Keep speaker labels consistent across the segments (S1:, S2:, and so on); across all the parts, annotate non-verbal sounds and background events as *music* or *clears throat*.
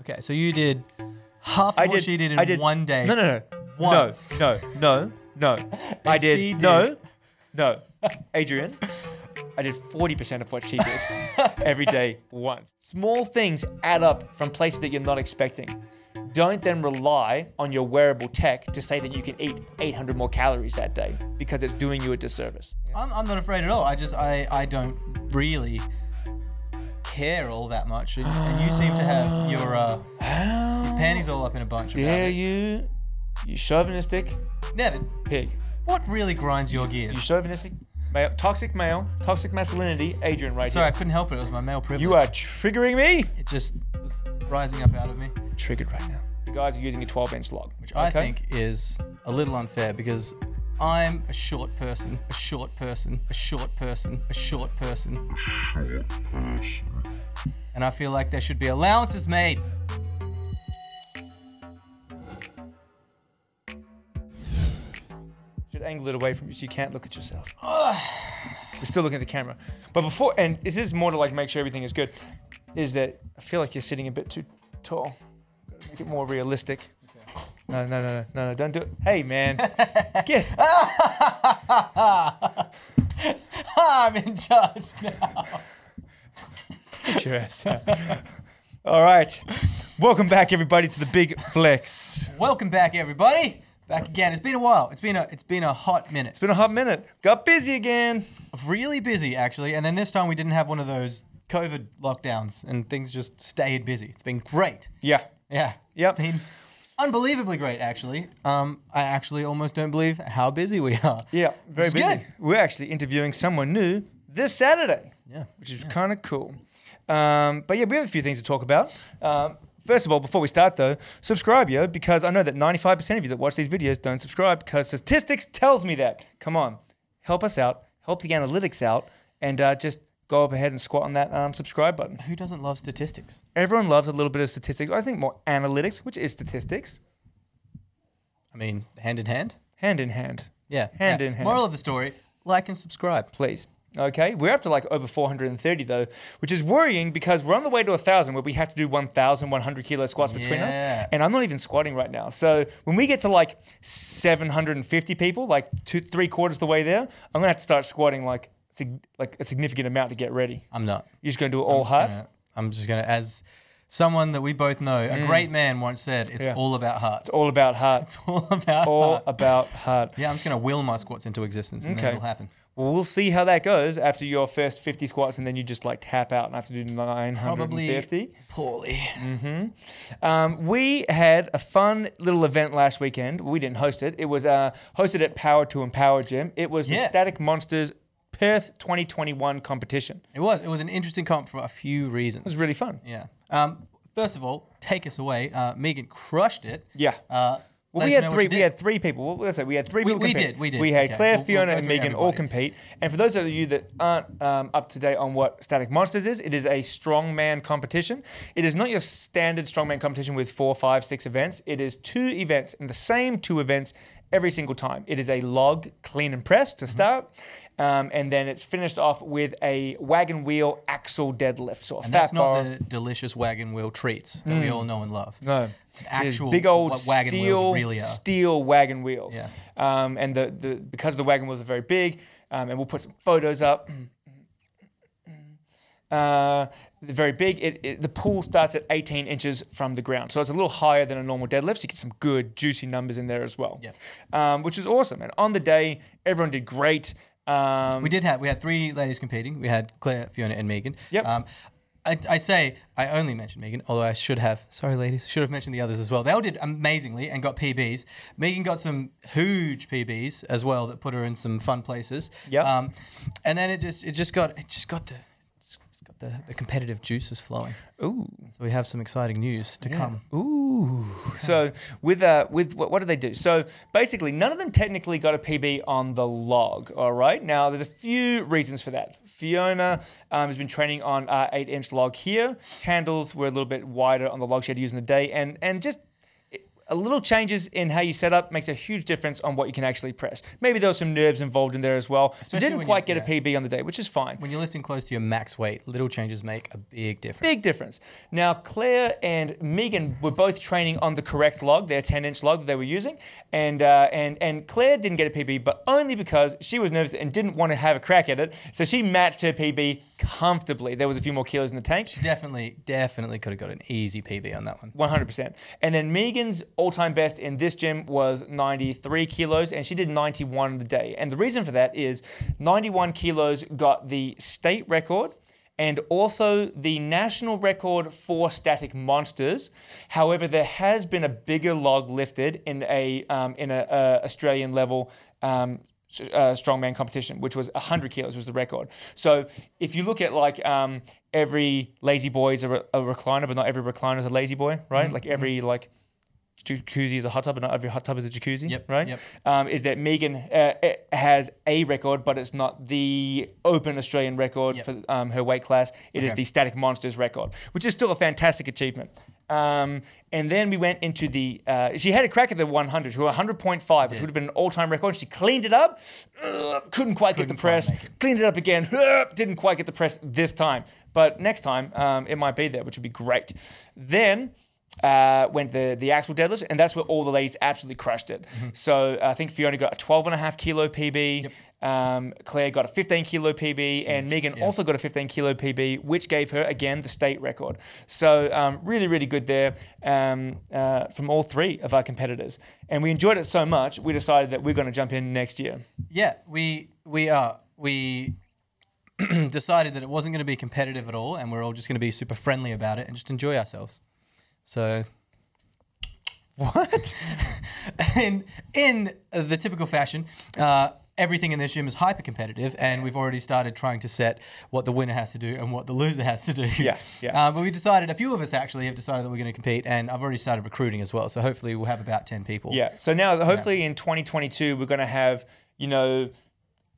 S1: Okay, so you did half of
S2: I
S1: what
S2: did.
S1: she did in
S2: I did
S1: one day.
S2: No, no, no.
S1: Once.
S2: No, no, *laughs* no, no. I did,
S1: she did.
S2: No, no. Adrian, I did forty percent of what she *laughs* did every day once. Small things add up from places that you're not expecting. Don't then rely on your wearable tech to say that you can eat 800 more calories that day because it's doing you a disservice.
S1: I'm, I'm not afraid at all. I just I I don't really care all that much, and, and you seem to have your uh, your panties all up in a bunch. About
S2: Dare
S1: it.
S2: you, you chauvinistic
S1: Nevin,
S2: pig.
S1: what really grinds your
S2: You
S1: gears?
S2: chauvinistic, male, toxic male, toxic masculinity, Adrian right
S1: Sorry, I
S2: here.
S1: couldn't help it. It was my male privilege.
S2: You are triggering me.
S1: It just was rising up out of me,
S2: Triggered right now. The guys are using a 12 inch log.
S1: which I think is a little unfair because. I'm a short person, a short person, a short person, a short person. And I feel like there should be allowances made. *laughs*
S2: should angle it away from you so you can't look at yourself. *sighs* We're still looking at the camera. But before, and this is more to like make sure everything is good, is that I feel like you're sitting a bit too tall. Gotta make it more realistic. No, no, no, no, no, no, don't do it.
S1: *laughs*
S2: Hey, man. Get,
S1: I'm in charge now.
S2: Get your ass out. *laughs* All right. Welcome back, everybody, to the Big Flex.
S1: Welcome back, everybody. Back again. It's been a while. It's been a it's been a hot minute.
S2: It's been a hot minute. Got busy again.
S1: Really busy actually, and then this time we didn't have one of those COVID lockdowns, and things just stayed busy. It's been great.
S2: Yeah.
S1: Yeah.
S2: Yep.
S1: It's been unbelievably great actually. Um, I actually almost don't believe how busy we are.
S2: Yeah. Very
S1: It's
S2: busy.
S1: good.
S2: We're actually interviewing someone new this Saturday,
S1: Yeah.
S2: which is kind of cool. Um, but yeah, we have a few things to talk about. Um, first of all, before we start though, subscribe, yo, because I know that 95% of you that watch these videos don't subscribe because statistics tells me that. Come on, help us out, help the analytics out, and uh, just go up ahead and squat on that um, subscribe button.
S1: Who doesn't love statistics?
S2: Everyone loves a little bit of statistics. I think more analytics, which is statistics,
S1: I mean, hand in hand.
S2: hand in hand.
S1: Yeah.
S2: Hand
S1: yeah.
S2: in hand.
S1: Moral of the story: like and subscribe.
S2: please. Okay, we're up to like over 430 though, which is worrying because we're on the way to 1,000 where we have to do 1,100 kilo squats between us.
S1: Yeah.
S2: And I'm not even squatting right now. So when we get to like 750 people, like two, three quarters of the way there, I'm gonna have to start squatting like, sig- like a significant amount to get ready.
S1: I'm not.
S2: You're just gonna do it all
S1: just
S2: hard?
S1: gonna- I'm just gonna, as someone that we both know, a great man once said, "It's
S2: Mm. Yeah.
S1: all about heart.
S2: It's all about
S1: *laughs*
S2: heart.
S1: It's all about
S2: All
S1: heart."
S2: about heart.
S1: Yeah, I'm just gonna will my squats into existence, and then
S2: Okay.
S1: it'll happen.
S2: Well, we'll see how that goes after your first 50 squats and then you just like tap out and have to do 950.
S1: poorly.
S2: Um, we had a fun little event last weekend. We didn't host it. It was uh, hosted at Power to Empower Gym. It was the
S1: Yeah.
S2: Static Monsters Perth 2021 competition. It
S1: It was. It was an interesting comp for a few reasons.
S2: was really fun.
S1: Yeah. Um, first of all, take us away. Uh, Megan crushed it.
S2: Yeah.
S1: Uh, let
S2: Well, we
S1: us
S2: had
S1: know what
S2: three.
S1: you
S2: We
S1: did.
S2: had three people. What was it? We had three
S1: We-
S2: people.
S1: we
S2: compete.
S1: did, we did.
S2: We had
S1: Okay.
S2: Claire,
S1: We'll- we'll
S2: Fiona,
S1: go
S2: and
S1: through
S2: Megan all compete. And for those of you that aren't um, up to date on what Static Monsters is, it is a strongman competition. It is not your standard strongman competition with four, five, six events. It is two events and the same two events every single time. It is a log clean and press
S1: Mm-hmm.
S2: to start. Um, and then it's finished off with a wagon wheel axle deadlift, so a
S1: And
S2: fat
S1: that's not
S2: bar.
S1: the delicious wagon wheel treats that we all know and love.
S2: Mm. No.
S1: It's an
S2: There's
S1: actual
S2: big old
S1: what wagon
S2: steel,
S1: wheels really are.
S2: steel wagon wheels.
S1: Yeah.
S2: Um, and the, the because the wagon wheels are very big, um, and we'll put some photos up. Uh, they're very big. It, it, the pool starts at 18 inches from the ground, so it's a little higher than a normal deadlift. So you get some good juicy numbers in there as well,
S1: Yeah.
S2: um, which is awesome. And on the day, everyone did great. Um,
S1: We did have we had three ladies competing. We had Claire, Fiona, and Megan.
S2: Yep.
S1: Um, I, I say I only mentioned Megan, although I should have. Sorry, ladies, should have mentioned the others as well. They all did amazingly and got PBs. Megan got some huge PBs as well that put her in some fun places.
S2: Yep.
S1: Um, and then it just it just got it just got the it's it's got the, the competitive juices flowing.
S2: Ooh.
S1: So we have some exciting news to come.
S2: Ooh. So with uh with what, what do they do? So basically, none of them technically got a PB on the log. All right. Now there's a few reasons for that. Fiona um, has been training on uh, eight inch log here. Handles were a little bit wider on the log she had to use in the day, and and just. it- a little changes in how you set up makes a huge difference on what you can actually press. Maybe there were some nerves involved in there as well. So
S1: Especially
S2: didn't
S1: when
S2: quite
S1: you-
S2: get a
S1: yeah.
S2: PB on the day, which is fine.
S1: When you're lifting close to your max weight, little changes make a big difference.
S2: Big difference. Now, Claire and Megan were both training on the correct log, their 10 inch log that they were using. And, uh, and, and Claire didn't get a PB, but only because she was nervous and didn't want to have a crack at it. So she matched her PB comfortably. There was a few more kilos in the tank.
S1: Definitely, definitely could have got an easy PB on that one.
S2: 100%. And then Megan's all time best in this gym was 93 kilos, and she did 91 the day. And the reason for that is 91 kilos got the state record and also the national record for static monsters. However, there has been a bigger log lifted in a, um, in a, uh Australian level. Um, s- uh, strongman competition, which was 100 kilos, was the record. So if you look at like um, every lazy boy is a, re- a recliner, but not every recliner is a lazy boy, right? Like every like jacuzzi is a hot tub, but not every hot tub is a jacuzzi,
S1: Yep,
S2: right?
S1: yep.
S2: Um, is that Megan uh, eh, has a record, but it's not the open Australian record
S1: Yep.
S2: for um, her weight class. It is
S1: Okay.
S2: the Static Monsters record, which is still a fantastic achievement. Um, and then we went into the. Uh, she had a crack at the 100, who were 100.5, which would have been an all-time record. She cleaned it up, Ugh, couldn't quite get the
S1: Couldn't quite
S2: press,
S1: make
S2: cleaned it up again, Ugh, didn't quite get the press this time. But next time um, it might be there, which would be great. Then uh, went the the actual deadlift, and that's where all the ladies absolutely crushed it. So uh, I think Fiona got a 12 and a half kilo PB. Um, Claire got a 15 kilo PB, and Megan
S1: yeah.
S2: also got a 15 kilo PB, which gave her again the state record. So um, really, really good there um, uh, from all three of our competitors, and we enjoyed it so much we decided that we're going to jump in next year.
S1: Yeah, we we are we *clears throat* decided that it wasn't going to be competitive at all, and we're all just going to be super friendly about it and just enjoy ourselves. So, what? *laughs* in in the typical fashion. Uh, Everything in this gym is hyper competitive, and we've already started trying to set what the winner has to do and what the loser has to do.
S2: Yeah,
S1: *laughs*
S2: yeah.
S1: Uh, but we decided, a few of us actually have decided that we're going to compete, and I've already started recruiting as well. So hopefully, we'll have about 10 people.
S2: Yeah. So now, hopefully, in 2022, we're going to have you know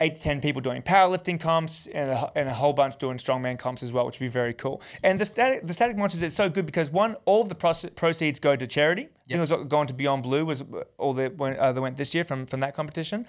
S2: eight to ten people doing powerlifting comps and a, and a whole bunch doing strongman comps as well, which would be very cool. And the static the static monsters is so good because one, all of the proce- proceeds go to charity. It was going to Beyond Blue was all that went, uh, that went this year from from that competition.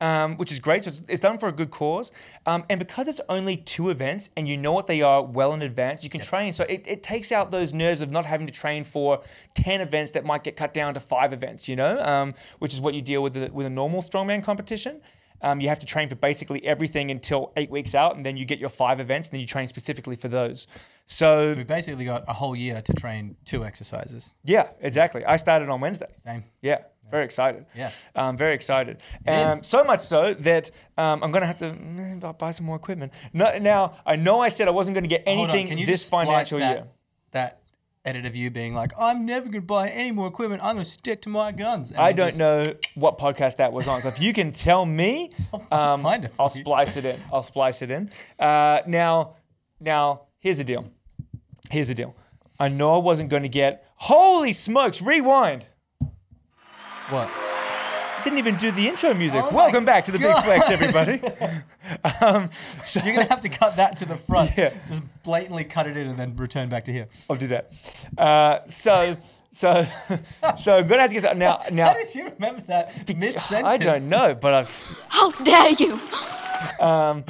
S2: Um, which is great. So it's, it's done for a good cause. Um, and because it's only two events and you know what they are well in advance, you can train. So it, it takes out those nerves of not having to train for 10 events that might get cut down to five events, you know, um, which is what you deal with the, with a normal strongman competition. Um, you have to train for basically everything until eight weeks out, and then you get your five events, and then you train specifically for those. So,
S1: We've basically got a whole year to train two exercises.
S2: yeah, exactly. I started on Wednesday.
S1: Same.
S2: Yeah, very excited.
S1: Yeah.
S2: um, very excited.
S1: is.
S2: Um, so much so that um, I'm gonna have to mm, bu- buy some more equipment. No, now I know I said I wasn't gonna get
S1: Hold on,
S2: anything
S1: can you
S2: this
S1: just splice
S2: financial
S1: that,
S2: year.
S1: That edit of you being like, I'm never going to buy any more equipment. I'm going to stick to my guns. And
S2: I
S1: then
S2: don't
S1: just-
S2: know what podcast that was on. So if you can
S1: *laughs*
S2: tell me,
S1: I'll
S2: um,
S1: find it for
S2: I'll
S1: you.
S2: splice it in. I'll splice it in. Uh, now, now here's the deal. Here's the deal. I know I wasn't gonna get. Holy smokes! Rewind.
S1: What?
S2: I didn't even do the intro music.
S1: Oh my
S2: Welcome back to the
S1: God.
S2: Big
S1: *laughs*
S2: Flex, everybody. um, so-
S1: You're going to have to cut that to the front.
S2: *laughs* Yeah.
S1: Just blatantly cut it in and then return back to here.
S2: I'll do that. Uh, so, so, *laughs* so I'm gonna have to get now. Now,
S1: How did you remember that mid sentence?
S2: Uh, I don't know, but I've
S3: How dare you!
S2: um,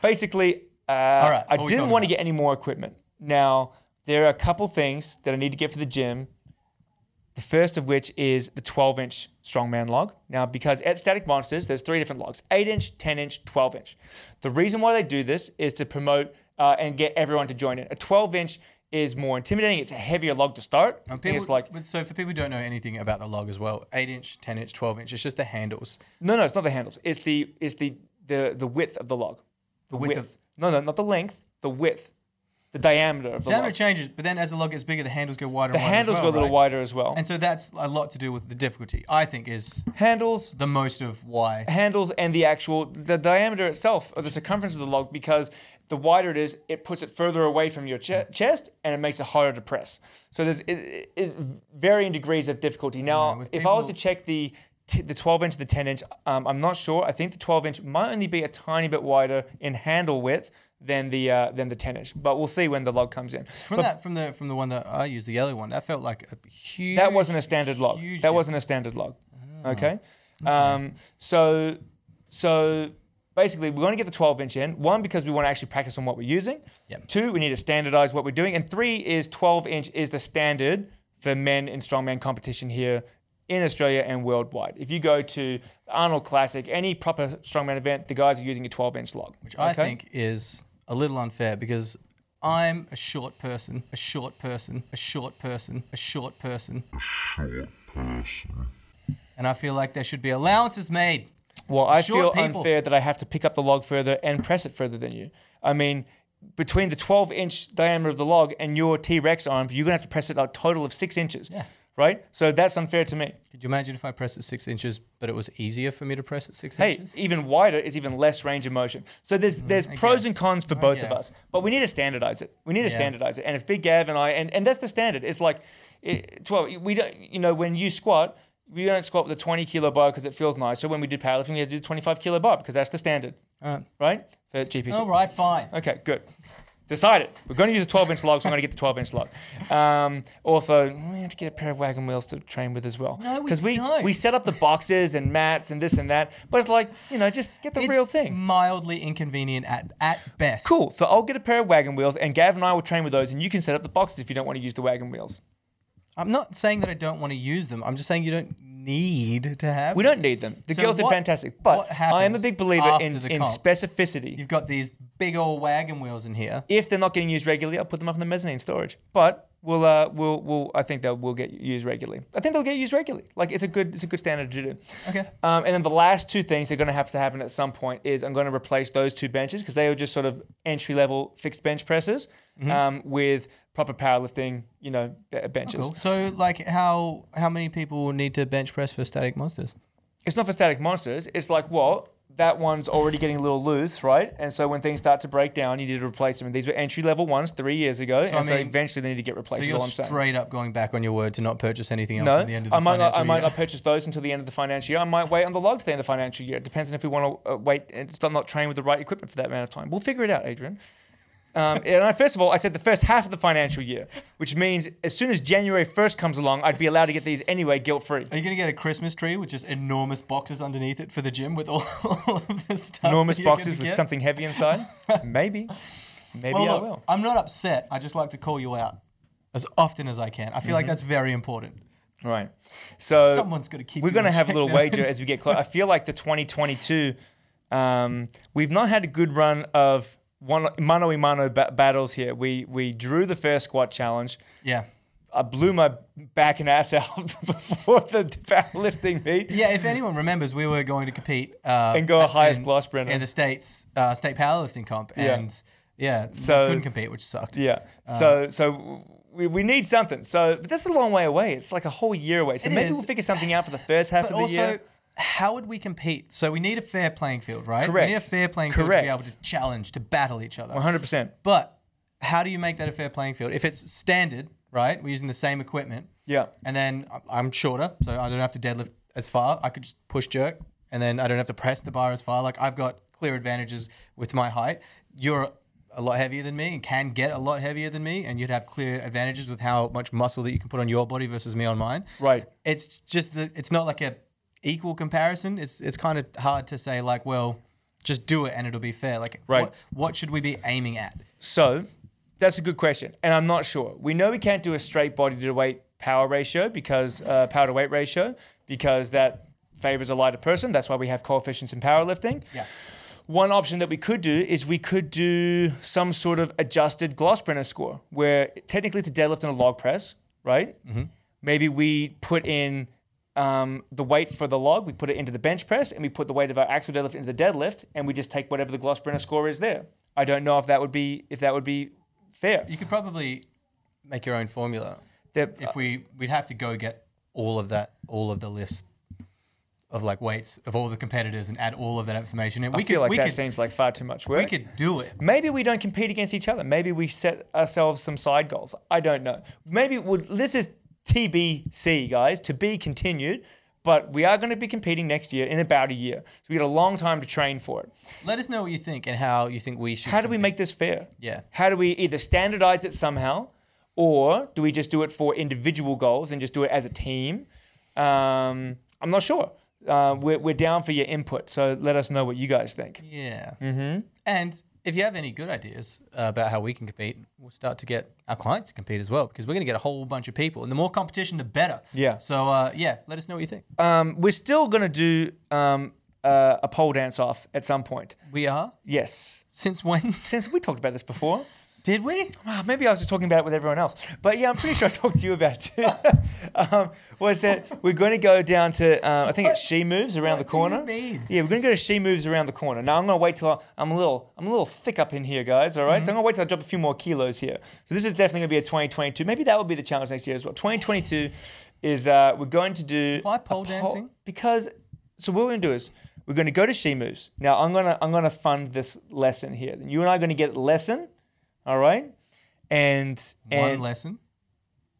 S2: basically. Uh,
S1: right,
S2: I
S1: what we
S2: didn't
S1: talking
S2: want to
S1: about?
S2: get any more equipment. Now, there are a couple things that I need to get for the gym. The first of which is the 12 inch strongman log. Now, because at Static Monsters, there's three different logs 8 inch, 10 inch, 12 inch. The reason why they do this is to promote uh, and get everyone to join in. A 12 inch is more intimidating, it's a heavier log to start. I
S1: And
S2: think
S1: People,
S2: it's like
S1: but so for people who don't know anything about the log as well, eight inch, ten inch, twelve inch, it's just the handles.
S2: No, no, it's not the handles. It's the it's the the the width of the log. The
S1: width of-
S2: no, no, not the length. The width, the diameter of the
S1: Diameter
S2: log.
S1: changes, but then as the log gets bigger, the handles go wider.
S2: The
S1: and wider as
S2: handles
S1: well,
S2: go a little
S1: right?
S2: wider as well.
S1: And so that's a lot to do with the difficulty. I think is
S2: handles,
S1: the most of why
S2: handles, and the actual the diameter itself of the circumference of the log because the wider it is, it puts it further away from your che- chest and it makes it harder to press. So there's it, it, it varying degrees of difficulty. Now,
S1: with
S2: if I was
S1: people-
S2: to check the t- the 12 inch, the 10 inch. Um, I'm not sure. I think the 12 inch might only be a tiny bit wider in handle width than the uh, than the 10 inch. But we'll see when the log comes in.
S1: From
S2: But
S1: that, from the from the one that I used, the yellow one, that felt like a huge.
S2: that wasn't a standard log.
S1: huge Ah.
S2: That wasn't a standard log. Okay. Um, so so basically we want to get the 12 inch in. One because we want to actually practice on what we're using.
S1: Yep.
S2: Two, we need to standardize what we're doing. And three is 12 inch is the standard for men in strongman competition here in Australia and worldwide. If you go to Arnold Classic, any proper strongman event, the guys are using a 12 inch log.
S1: which I think is a little unfair because I'm a short person, a short person, a short person, a short person. A short person. And I feel like there should be allowances made.
S2: Well, I
S1: Short
S2: feel
S1: people.
S2: unfair that I have to pick up the log further and press it further than you. I mean, between the 12 inch diameter of the log and your T Rex arm, you're going to have to press it a total of six inches.
S1: Yeah.
S2: Right? So that's unfair to me.
S1: Could you imagine if I pressed at six inches, but it was easier for me to press at six
S2: Hey,
S1: inches? Mm,
S2: even wider is even less range of motion. So there's there's
S1: I
S2: pros
S1: guess.
S2: and cons for
S1: I
S2: both of
S1: guess.
S2: us, but we need to standardize it. We need to
S1: Yeah.
S2: standardize it. And if Big Gav and I and, and that's the standard. It's like it, 12. We don't you know when you squat, we don't squat with a 20 kilo bar because it feels nice. So when we did powerlifting, we had to do 25 kilo bar because that's the standard,
S1: All right.
S2: right? For GPC.
S1: All right, fine.
S2: Okay, good. Decided. We're going to use a 12 inch log, so I'm going to get the 12 inch log. Um, also, we have to get a pair of wagon wheels to train with as well.
S1: No, we
S2: we,
S1: don't.
S2: we set up the boxes and mats and this and that, but it's like, you know, just get the
S1: It's
S2: real thing.
S1: Mildly inconvenient at at best.
S2: Cool. So I'll get a pair of wagon wheels, and Gav and I will train with those, and you can set up the boxes if you don't want to use the wagon wheels.
S1: I'm not saying that I don't want to use them. I'm just saying you don't need to have.
S2: We don't need them. The
S1: So
S2: girls are
S1: what-
S2: fantastic, but
S1: what
S2: I am a
S1: happens
S2: big believer in,
S1: after the
S2: in
S1: comp?
S2: specificity.
S1: You've got these big old wagon wheels in here.
S2: if they're not getting used regularly, I'll put them up in the mezzanine storage. But we'll, uh, we'll, we'll, I think they'll will get used regularly. I think they'll get used regularly. Like it's a good, it's a good standard to do.
S1: Okay.
S2: Um, and then the last two things that are going to have to happen at some point is I'm going to replace those two benches because they were just sort of entry level fixed bench presses
S1: Mm-hmm.
S2: um, with proper powerlifting, you know, be- benches.
S1: Oh, Cool. So, like, how how many people need to bench press for static monsters?
S2: it's not for static monsters. It's like, well, that one's already getting a little loose, right? And so when things start to break down, you need to replace them. And these were entry level ones three years ago, and
S1: I
S2: so
S1: mean-
S2: eventually they need to get
S1: so
S2: replaced. is
S1: you're
S2: all I'm saying.
S1: straight up going back on your word to not purchase anything else
S2: No,
S1: at the end of
S2: I
S1: this
S2: might not,
S1: financial
S2: I might
S1: year.
S2: not purchase those until the end of the financial year. I might wait on the log to the end of the financial year. It depends on if we want to uh, wait and start not train with the right equipment for that amount of time. We'll figure it out, Adrian. Um, *laughs* and I, first of all, I said the first half of the financial year, which means as soon as January 1st comes along, I'd be allowed to get these anyway, guilt free.
S1: Are you going to get a Christmas tree with just enormous boxes underneath it for the gym with all, *laughs* of this stuff?
S2: Enormous
S1: that you're
S2: boxes
S1: gonna
S2: with
S1: get?
S2: something
S1: *laughs*
S2: heavy inside? Maybe. Maybe
S1: Well,
S2: I
S1: look,
S2: will.
S1: I'm not upset. I just like to call you out as often as I can. I feel like that's very important.
S2: Right. Mm-hmm. So
S1: Someone's got to keep.
S2: we're
S1: you
S2: going to
S1: in
S2: have a
S1: check
S2: little
S1: now.
S2: wager as we get close. I feel like the 2022, um, we've not had a good run of one mano a mano ba- battles here. We we drew the first squat challenge.
S1: *laughs* Yeah.
S2: I blew my back and ass *laughs* out before the powerlifting meet
S1: Yeah, if anyone remembers, we were going to compete uh,
S2: and go
S1: at-
S2: highest
S1: in-
S2: gloss Brenner.
S1: in the states uh, state powerlifting comp,
S2: Yeah.
S1: and yeah,
S2: So-
S1: couldn't compete, which sucked.
S2: yeah.
S1: Uh-huh.
S2: So so. We, we need something. So, but that's a long way away. It's like a whole year away. So
S1: It
S2: maybe
S1: is.
S2: we'll figure something out for the first half
S1: But
S2: of the
S1: also,
S2: year.
S1: how would we compete? So we need a fair playing field, right? We need a
S2: Correct.
S1: fair playing field to be able
S2: Correct.
S1: to challenge, to battle each other.
S2: 100%.
S1: But how do you make that a fair playing field? If it's standard, right? We're using the same equipment,
S2: Yeah.
S1: and then I- I'm shorter, so I don't have to deadlift as far. I could just push jerk, and then I don't have to press the bar as far. Like I've got clear advantages with my height. You're a lot heavier than me and can get a lot heavier than me, and you'd have clear advantages with how much muscle that you can put on your body versus me on mine
S2: Right.
S1: it's just that it's not like a equal comparison. It's it's kind of hard to say like, well, just do it and it'll be fair. Like,
S2: Right.
S1: what, what should we be aiming at?
S2: So that's a good question, and I'm not sure. We know we can't do a straight body to weight power ratio because uh, power to weight ratio because that favors a lighter person. That's why we have coefficients in powerlifting.
S1: Yeah.
S2: One option that we could do is we could do some sort of adjusted Glossbrenner score, where technically it's a deadlift and a log press, right?
S1: Mm-hmm.
S2: Maybe we put in um, the weight for the log, we put it into the bench press, and we put the weight of our actual deadlift into the deadlift, and we just take whatever the Glossbrenner score is there. I don't know if that would be if that would be fair.
S1: You could probably make your own formula.
S2: That-
S1: If we we'd have to go get all of that, all of the list of like weights of all the competitors and add all of that information. And we
S2: I feel
S1: could
S2: like
S1: we
S2: that
S1: could
S2: seems like far too much work.
S1: we could do it.
S2: Maybe we don't compete against each other. Maybe we set ourselves some side goals. I don't know. Maybe we'll, this is TBC, guys, to be continued. But we are going to be competing next year in about a year. So we got a long time to train for it.
S1: Let us know what you think and how you think we should.
S2: How do we make this fair?
S1: Yeah.
S2: How do we either standardize it somehow, or do we just do it for individual goals and just do it as a team? Um, I'm not sure. Uh, we're, we're down for your input, so let us know what you guys think.
S1: Yeah. Mm-hmm. And if you have any good ideas uh, about how we can compete, we'll start to get our clients to compete as well because we're going to get a whole bunch of people, and the more competition, the better.
S2: Yeah.
S1: So uh, yeah, let us know what you think.
S2: Um, we're still going to do um, uh, a pole dance off at some point.
S1: we are.
S2: Yes.
S1: Since when *laughs*
S2: Since we talked about this before,
S1: did we?
S2: Ah, maybe I was just talking about it with everyone else. But yeah, I'm pretty sure I *laughs* talked to you about it too. um, was that we're going to go down to, uh, I think it's She Moves around the
S1: do
S2: corner.
S1: you mean?
S2: Yeah, we're going to go to She Moves around the corner. Now I'm going to wait till I, I'm a little, I'm a little thick up in here, guys. All right?
S1: Mm-hmm.
S2: so I'm going to wait till I drop a few more kilos here. So this is definitely going to be a 2022. Maybe that will be the challenge next year as well. 2022 is uh, we're going to do
S1: Why
S2: a
S1: pole dancing?
S2: because so what we're gonna do is we're gonna go to Shimu's. Now I'm gonna I'm gonna fund this lesson here. You and I are gonna get a lesson, all right? And
S1: One
S2: and
S1: lesson.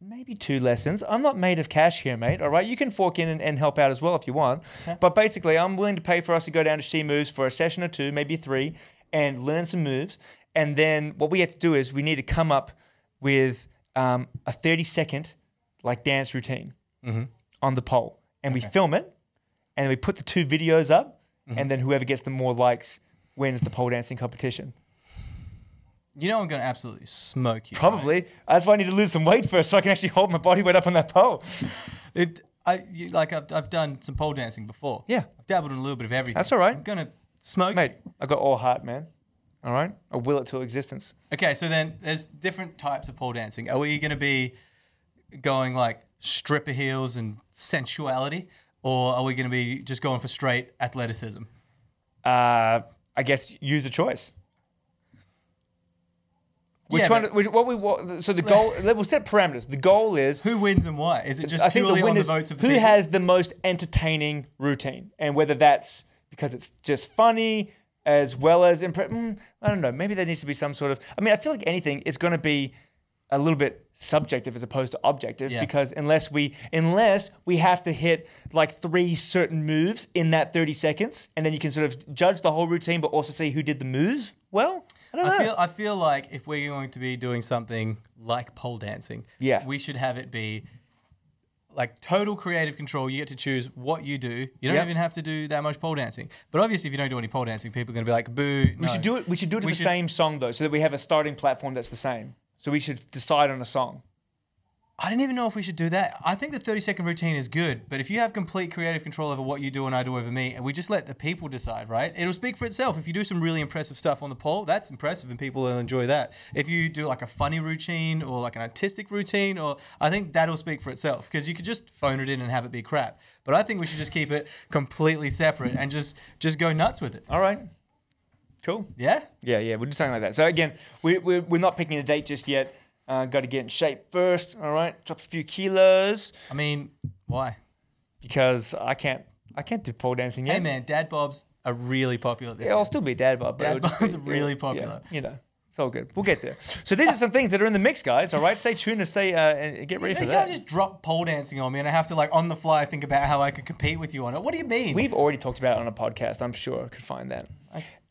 S2: maybe two lessons. I'm not made of cash here, mate. All right, you can fork in and, and help out as well if you want. But basically, I'm willing to pay for us to go down to She Moves for a session or two, maybe three, and learn some moves. And then what we have to do is we need to come up with um, a 30 second like dance routine on the pole, and we film it, and we put the two videos up, and then whoever gets the more likes wins the pole dancing competition.
S1: You know I'm going to absolutely smoke you.
S2: Probably. That's why I need to lose some weight first so I can actually hold my body weight up on that pole.
S1: It, I you, like I've, I've done some pole dancing before.
S2: Yeah.
S1: I've dabbled in a little bit of everything.
S2: That's all right.
S1: I'm gonna smoke.
S2: Mate, I got all heart, man. All right? I will it to existence.
S1: Okay, so then there's different types of pole dancing. Are we gonna be going like stripper heels and sensuality, or are we gonna be just going for straight athleticism?
S2: Uh, I guess use a choice. We're
S1: Yeah,
S2: trying
S1: but-
S2: to, we, what we, what, so the *laughs* goal, we'll set parameters. The goal is,
S1: Who wins and why? Is it just
S2: I think
S1: purely
S2: the
S1: on
S2: win
S1: the
S2: is
S1: votes of the
S2: who
S1: people?
S2: has the most entertaining routine. And whether that's because it's just funny as well as, impre- mm, I don't know, maybe there needs to be some sort of, I mean, I feel like anything is going to be a little bit subjective as opposed to objective
S1: Yeah.
S2: because unless we unless we have to hit like three certain moves in that 30 seconds and then you can sort of judge the whole routine but also see who did the moves well i don't know
S1: I feel I feel like if we're going to be doing something like pole dancing,
S2: Yeah.
S1: we should have it be like total creative control. You get to choose what you do. You don't
S2: Yeah.
S1: even have to do that much pole dancing. But obviously, if you don't do any pole dancing, people are going to be like, "Boo!"
S2: we should do it we should do it to
S1: We
S2: the
S1: should-
S2: same song though so that we have a starting platform that's the same so we should decide on a song
S1: I didn't even know if we should do that. I think the thirty second routine is good, but if you have complete creative control over what you do and I do over me, and we just let the people decide, right? It'll speak for itself. If you do some really impressive stuff on the pole, that's impressive, and people will enjoy that. If you do like a funny routine or like an artistic routine, or I think that'll speak for itself because you could just phone it in and have it be crap. But I think we should just keep it completely separate and just just go nuts with it.
S2: all right cool
S1: Yeah.
S2: Yeah, yeah, we'll do something like that. So again, we, we're, we're not picking a date just yet. Uh, Got to get in shape first, all right? Drop a few kilos
S1: I mean, why?
S2: because I can't I can't do pole dancing yet.
S1: Hey man, dad bobs are really popular this
S2: Yeah,
S1: year.
S2: I'll still be a dad bod. but
S1: Dad
S2: it'll just
S1: bod's
S2: be-
S1: are really
S2: yeah,
S1: popular.
S2: you know, it's all good. We'll get there. So these are some things that are in the mix, guys. All right, stay tuned and stay uh, and get ready
S1: You
S2: for
S1: can't
S2: that.
S1: just drop pole dancing on me and I have to like on the fly think about how I could compete with you on it. What do you mean?
S2: We've already talked about it on a podcast. I'm sure I could find that.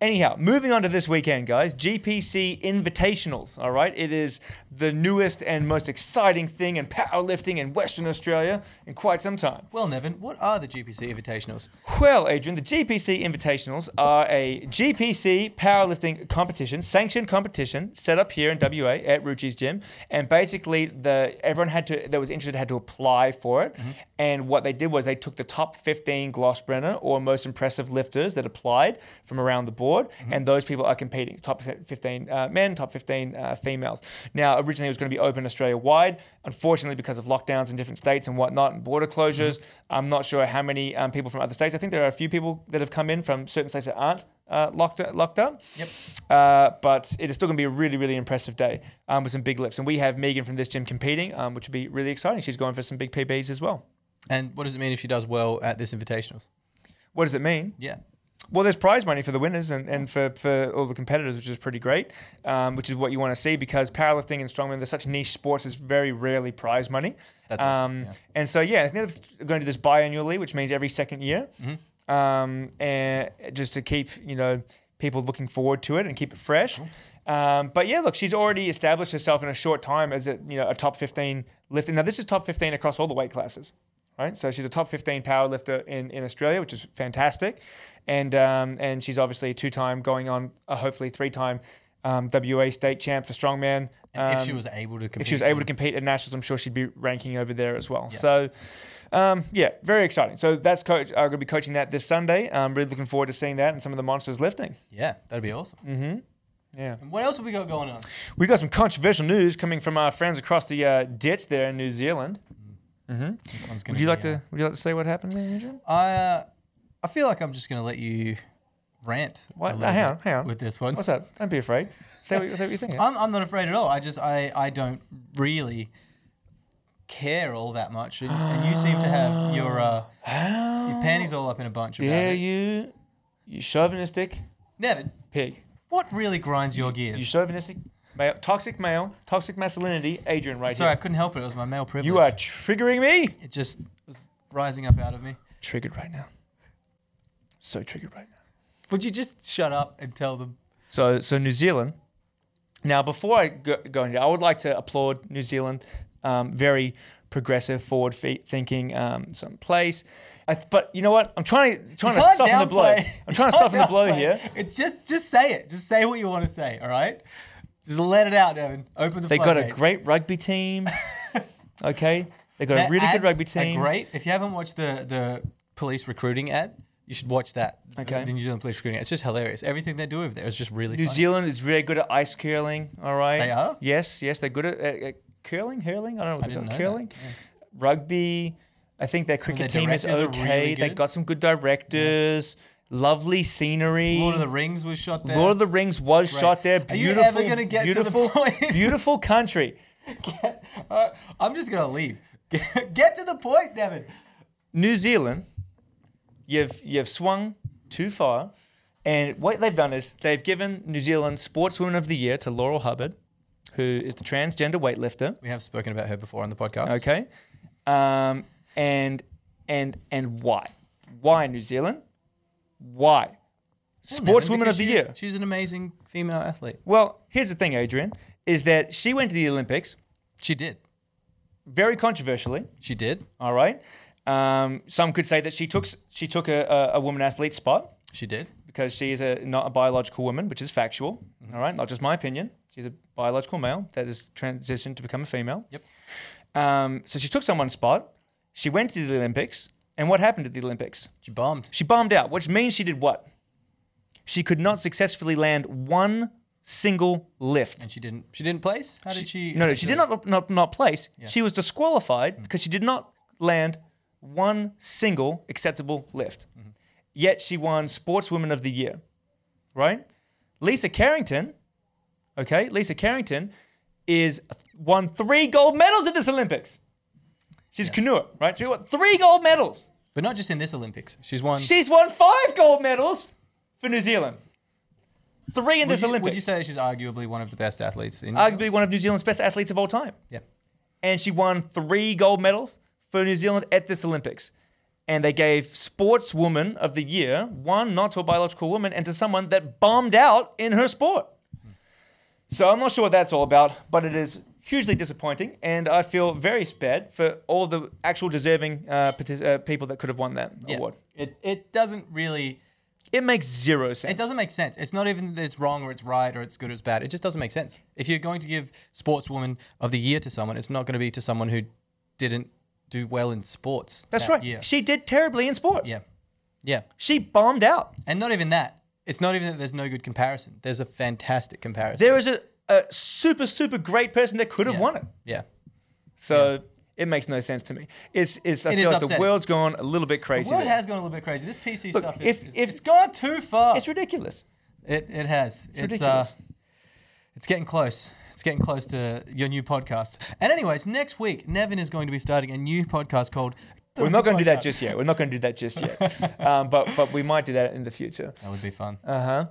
S2: Anyhow, moving on to this weekend, guys. GPC Invitationals. All right, it is the newest and most exciting thing in powerlifting in Western Australia in quite some time.
S1: well, Nevin, what are the GPC invitationals?
S2: Well, Adrian, the GPC Invitationals are a GPC powerlifting competition, sanctioned competition, set up here in WA at Ruchi's gym, and basically the everyone had to that was interested had to apply for it. And what they did was they took the top 15 Glossbrenner or most impressive lifters that applied from around the board, and those people are competing. Top 15 uh, men, top 15 uh, females. Now, originally it was going to be open Australia wide. Unfortunately, because of lockdowns in different states and whatnot and border closures, I'm not sure how many um, people from other states. I think there are a few people that have come in from certain states that aren't uh, locked, locked up.
S1: Yep.
S2: Uh, but it is still going to be a really, really impressive day um, with some big lifts. And we have Megan from this gym competing, um, which will be really exciting. She's going for some big PBs as well.
S1: And what does it mean if she does well at this invitationals?
S2: What does it mean?
S1: Yeah.
S2: well, there's prize money for the winners and, and for, for all the competitors, which is pretty great, um, which is what you want to see because powerlifting and strongman, they're such niche sports, there's very rarely prize money.
S1: That's awesome,
S2: um,
S1: yeah.
S2: And so, yeah, I think they're going to do this biannually, which means every second year, um, and just to keep, you know, people looking forward to it and keep it fresh. Um, but yeah, look, she's already established herself in a short time as a, you know, a top 15 lifter. Now, this is top 15 across all the weight classes right? So she's a top 15 powerlifter in, in Australia, which is fantastic. And um, and she's obviously a two-time, going on uh, hopefully three-time um, WA state champ for strongman.
S1: And if
S2: Um,
S1: she was able to compete.
S2: if she was able to
S1: then-
S2: compete at nationals, I'm sure she'd be ranking over there as well. So, um, yeah, very exciting. So that's coach. I'm going to be coaching that this Sunday. I'm really looking forward to seeing that and some of the monsters lifting.
S1: Yeah, that'd be awesome.
S2: Yeah,
S1: And what else have we got going on?
S2: we got some controversial news coming from our friends across the uh, ditch there in New Zealand.
S1: This one's gonna
S2: Would you
S1: be,
S2: like
S1: uh,
S2: to? Would you like to say what happened there, Adrian?
S1: I uh, I feel like I'm just gonna let you rant. a
S2: What?
S1: little
S2: No, hang on,
S1: bit
S2: hang on.
S1: With this one,
S2: What's up? Don't be afraid. Say what, say what you think.
S1: I'm, I'm not afraid at all. I just I I don't really care all that much, and, and you seem to have your uh, your panties all up in a bunch about
S2: Yeah,
S1: it.
S2: you, you chauvinistic
S1: Nevin,
S2: pig.
S1: what really grinds your
S2: You
S1: gears?
S2: chauvinistic male, toxic male, toxic masculinity. Adrian, right
S1: Sorry, I
S2: here.
S1: couldn't help it. It was my male privilege.
S2: You are triggering me.
S1: It just was rising up out of me.
S2: Triggered right now. So triggered right now.
S1: Would you just shut up and tell them?
S2: So, so New Zealand. Now, before I go, go into, I would like to applaud New Zealand. Um, very progressive, forward-thinking um, some place. I th- but you know what? I'm trying to trying to
S1: Can't
S2: soften the blow.
S1: downplay-
S2: I'm trying to
S1: can't
S2: soften the blow
S1: downplay.
S2: here.
S1: It's just just say it. Just say what you want to say. All right. Just let it out, Evan. Open the.
S2: They got a
S1: floodgates.
S2: great rugby team. okay, they got
S1: That
S2: a really
S1: ad's
S2: good rugby
S1: are
S2: team.
S1: Great. If you haven't watched the the police recruiting ad, you should watch that.
S2: Okay.
S1: The New Zealand police recruiting. ad. It's just hilarious. Everything they do over there is just really.
S2: New
S1: funny.
S2: Zealand is very good at ice curling. All right,
S1: They are?
S2: Yes, yes, they're good at, at, at curling, hurling. I don't know what
S1: didn't
S2: they're
S1: know
S2: curling, rugby. I think their
S1: of
S2: cricket
S1: their
S2: team is
S1: directors are
S2: okay.
S1: really
S2: they
S1: good.
S2: got some good directors. Lovely scenery.
S1: Lord of the Rings was shot there.
S2: Lord of the Rings was
S1: Great.
S2: shot there.
S1: Are you
S2: Beautiful,
S1: ever gonna get to the *laughs*
S2: beautiful,
S1: point?
S2: beautiful country.
S1: Uh, I'm just gonna leave. *laughs* Get to the point, Devin.
S2: New Zealand, you've you've swung too far, and what they've done is they've given New Zealand Sportswoman of the Year to Laurel Hubbard, who is the transgender weightlifter.
S1: We have spoken about her before on the podcast.
S2: Okay, um, and and and why? Why New Zealand? Why Sportswoman of
S1: Because
S2: the
S1: she's-
S2: Year?
S1: She's an amazing female athlete.
S2: Well, here's the thing, Adrian, is that she went to the Olympics
S1: She did.
S2: very controversially.
S1: She did.
S2: All right. Um, some could say that she took s- she took a, a, a woman athlete spot.
S1: She did.
S2: because she is a, not a biological woman, which is factual. all right, not just my opinion. She's a biological male that has transitioned to become a female.
S1: Yep.
S2: Um, so she took someone's spot. She went to the Olympics, and what happened at the Olympics?
S1: She bombed.
S2: She bombed out, which means she did what? She could not successfully land one single lift.
S1: And she didn't. She didn't place. How did she?
S2: No, no, she did not not, not place. She was disqualified
S1: Hmm.
S2: because she did not land one single acceptable lift.
S1: Mm-hmm.
S2: Yet she won Sportswoman of the Year, right? Lisa Carrington, okay, Lisa Carrington is won three gold medals at this Olympics. She's canoe, right? She won three gold medals.
S1: But not just in this Olympics. She's won.
S2: She's won five gold medals for New Zealand. Three in
S1: would,
S2: this
S1: you,
S2: Olympics.
S1: would you say she's arguably one of the best athletes in?
S2: Arguably one of New Zealand's best athletes of all time.
S1: yeah.
S2: and she won three gold medals for New Zealand at this Olympics. And they gave Sportswoman of the Year one not to a biological woman and to someone that bombed out in her sport. So I'm not sure what that's all about, but it is hugely disappointing, and I feel very bad for all the actual deserving uh, partic- uh, people that could have won that
S1: Yeah.
S2: award.
S1: It it doesn't really.
S2: It makes zero sense.
S1: It doesn't make sense. It's not even that it's wrong or it's right or it's good or it's bad. It just doesn't make sense. If you're going to give sportswoman of the year to someone, it's not going to be to someone who didn't do well in sports.
S2: That's
S1: that
S2: right.
S1: year.
S2: She did terribly in sports.
S1: Yeah. Yeah.
S2: She bombed out.
S1: And not even that. It's not even that there's no good comparison. There's a fantastic comparison.
S2: There is a, a super, super great person that could have
S1: Yeah.
S2: won it.
S1: yeah.
S2: So it makes no sense to me. It's it's I
S1: It is
S2: feel like the
S1: upsetting.
S2: world's gone a little bit crazy.
S1: The world
S2: there.
S1: has gone a little bit crazy. This PC
S2: Look,
S1: stuff is,
S2: if-
S1: is-
S2: if-
S1: it's gone too far.
S2: it's ridiculous.
S1: It it has. It's, uh,
S2: ridiculous.
S1: it's getting close. It's getting close to your new podcast. And anyways, next week Nevin is going to be starting a new podcast called
S2: We're not going to do that just yet. We're not going to do that
S1: *laughs*
S2: just yet. um, but but we might do that in the future.
S1: That would be fun.
S2: Uh huh.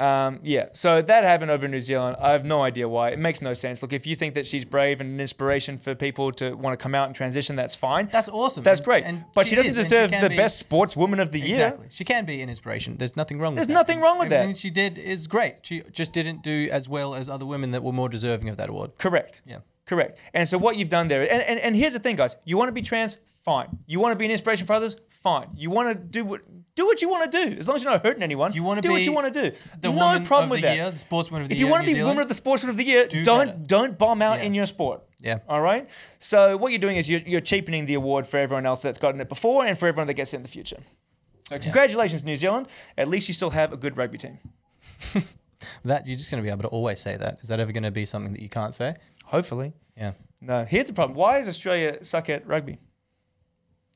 S2: Um, yeah. So that happened over in New Zealand. I have no idea why. It makes no sense. Look, if you think that she's brave and an inspiration for people to want to come out and transition, that's fine.
S1: That's awesome.
S2: That's
S1: And-
S2: great.
S1: and
S2: but she, doesn't
S1: is, and
S2: deserve
S1: can
S2: the
S1: be-
S2: best sportswoman of the year.
S1: Exactly. She can be an inspiration. There's nothing wrong with
S2: There's
S1: that.
S2: nothing wrong with that.
S1: Everything she did is great. She just didn't do as well as other women that were more deserving of that award.
S2: Correct.
S1: Yeah.
S2: Correct. And so what you've done there, and, and, and here's the thing, guys. You want to be trans, fine. You want to be an inspiration for others, fine. You want to do what do what you want to do, as long as you're not hurting anyone.
S1: You wanna
S2: do what
S1: be
S2: you want to do.
S1: The
S2: no
S1: woman
S2: problem
S1: of
S2: with
S1: the
S2: that.
S1: year, the sportswoman of the
S2: if
S1: year.
S2: you want
S1: in
S2: to
S1: New
S2: be woman
S1: Zealand,
S2: of the sportsman of the year, do
S1: better.
S2: not don't bomb out in
S1: Yeah.
S2: your sport.
S1: Yeah.
S2: All right. So what you're doing is you're, you're cheapening the award for everyone else that's gotten it before and for everyone that gets it in the future. So congratulations, New Zealand. At least you still have a good rugby team.
S1: that you're just going to be able to always say that. Is that ever going to be something that you can't say?
S2: Hopefully.
S1: Yeah.
S2: No. Here's the problem. Why does Australia suck at rugby?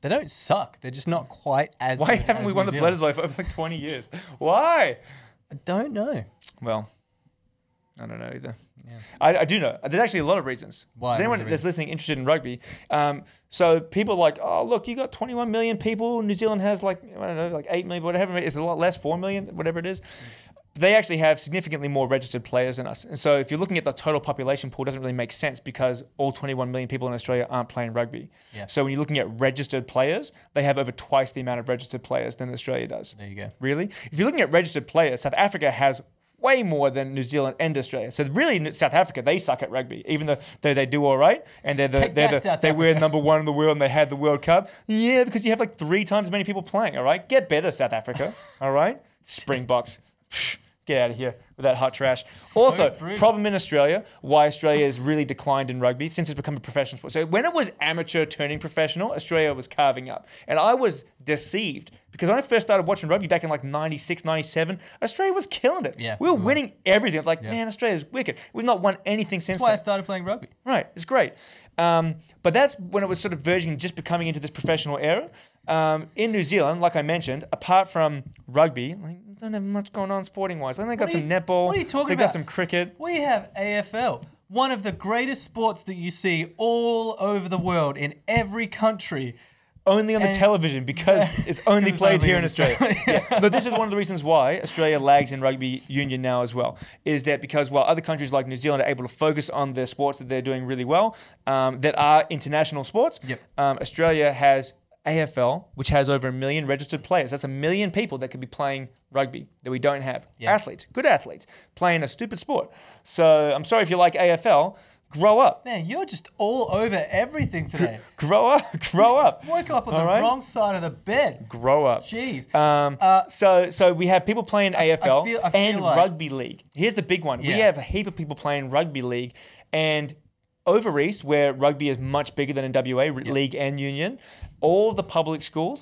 S1: They don't suck. They're just not quite as.
S2: Why
S1: good
S2: haven't
S1: as
S2: we
S1: New
S2: won the
S1: Zealand.
S2: Bledisloe for over like 20 years? Why?
S1: I don't know.
S2: Well, I don't know either.
S1: Yeah.
S2: I, I do know. There's actually a lot of reasons.
S1: Why?
S2: Is
S1: What
S2: anyone
S1: do you
S2: that's listening interested in rugby? Um, so people are like, oh, look, you got 21 million people. New Zealand has like, I don't know, like 8 million, whatever. It's a lot less, 4 million, whatever it is. They actually have significantly more registered players than us. And so if you're looking at the total population pool, it doesn't really make sense because all 21 million people in Australia aren't playing rugby.
S1: Yeah.
S2: So when you're looking at registered players, they have over twice the amount of registered players than Australia does
S1: There you go.
S2: really. If you're looking at registered players, South Africa has way more than New Zealand and Australia. So really, N- South Africa they suck at rugby, even though though they do all right and they're the,
S1: Take
S2: they're
S1: that,
S2: the,
S1: South
S2: they were
S1: Africa.
S2: number one in the world and they had the World Cup. Yeah, because you have like three times as many people playing. All right, get better,
S1: *laughs*
S2: South Africa. all right, Springboks. Get out of here with that hot trash. also,
S1: brutal.
S2: problem in Australia, why Australia has really declined in rugby since it's become a professional sport. So when it was amateur turning professional, Australia was carving up. And I was deceived because when I first started watching rugby back in like 96, 97, Australia was killing it.
S1: Yeah,
S2: we were
S1: we were.
S2: winning everything. I was like, man, Australia's wicked. We've not won anything since
S1: That's why I
S2: then.
S1: started playing rugby.
S2: Right, it's great. Um, but that's when it was sort of verging just becoming into this professional era. Um, in New Zealand, like I mentioned, apart from rugby, like, don't have much going on sporting wise. I think they got
S1: are
S2: some
S1: you-
S2: netball.
S1: what are you talking
S2: they got
S1: about?
S2: some cricket.
S1: We have AFL, one of the greatest sports that you see all over the world in every country.
S2: only on the
S1: And- *laughs*
S2: television because it's only
S1: 'Cause it's
S2: played
S1: only
S2: here
S1: in
S2: in Australia.
S1: *laughs*
S2: Yeah. But this is one of the reasons why Australia lags in rugby union now as well. Is that because while other countries like New Zealand are able to focus on their sports that they're doing really well, um, that are international sports,
S1: Yep.
S2: um, Australia has AFL, which has over a million registered players. That's a million people that could be playing rugby that we don't have.
S1: Yeah.
S2: Athletes, good athletes, playing a stupid sport. So I'm sorry if you like AFL. Grow
S1: *laughs*
S2: up,
S1: Man, you're just all over everything today.
S2: grow up, grow up.
S1: Woke up on
S2: All
S1: the
S2: right.
S1: wrong side of the bed.
S2: Grow up.
S1: Jeez.
S2: Um,
S1: Uh,
S2: so so we have people playing AFL
S1: feel- I feel
S2: and
S1: like-
S2: rugby league. Here's the big one: we
S1: Yeah.
S2: have a heap of people playing rugby league, and over east where rugby is much bigger than in WA re- league and union, all the public schools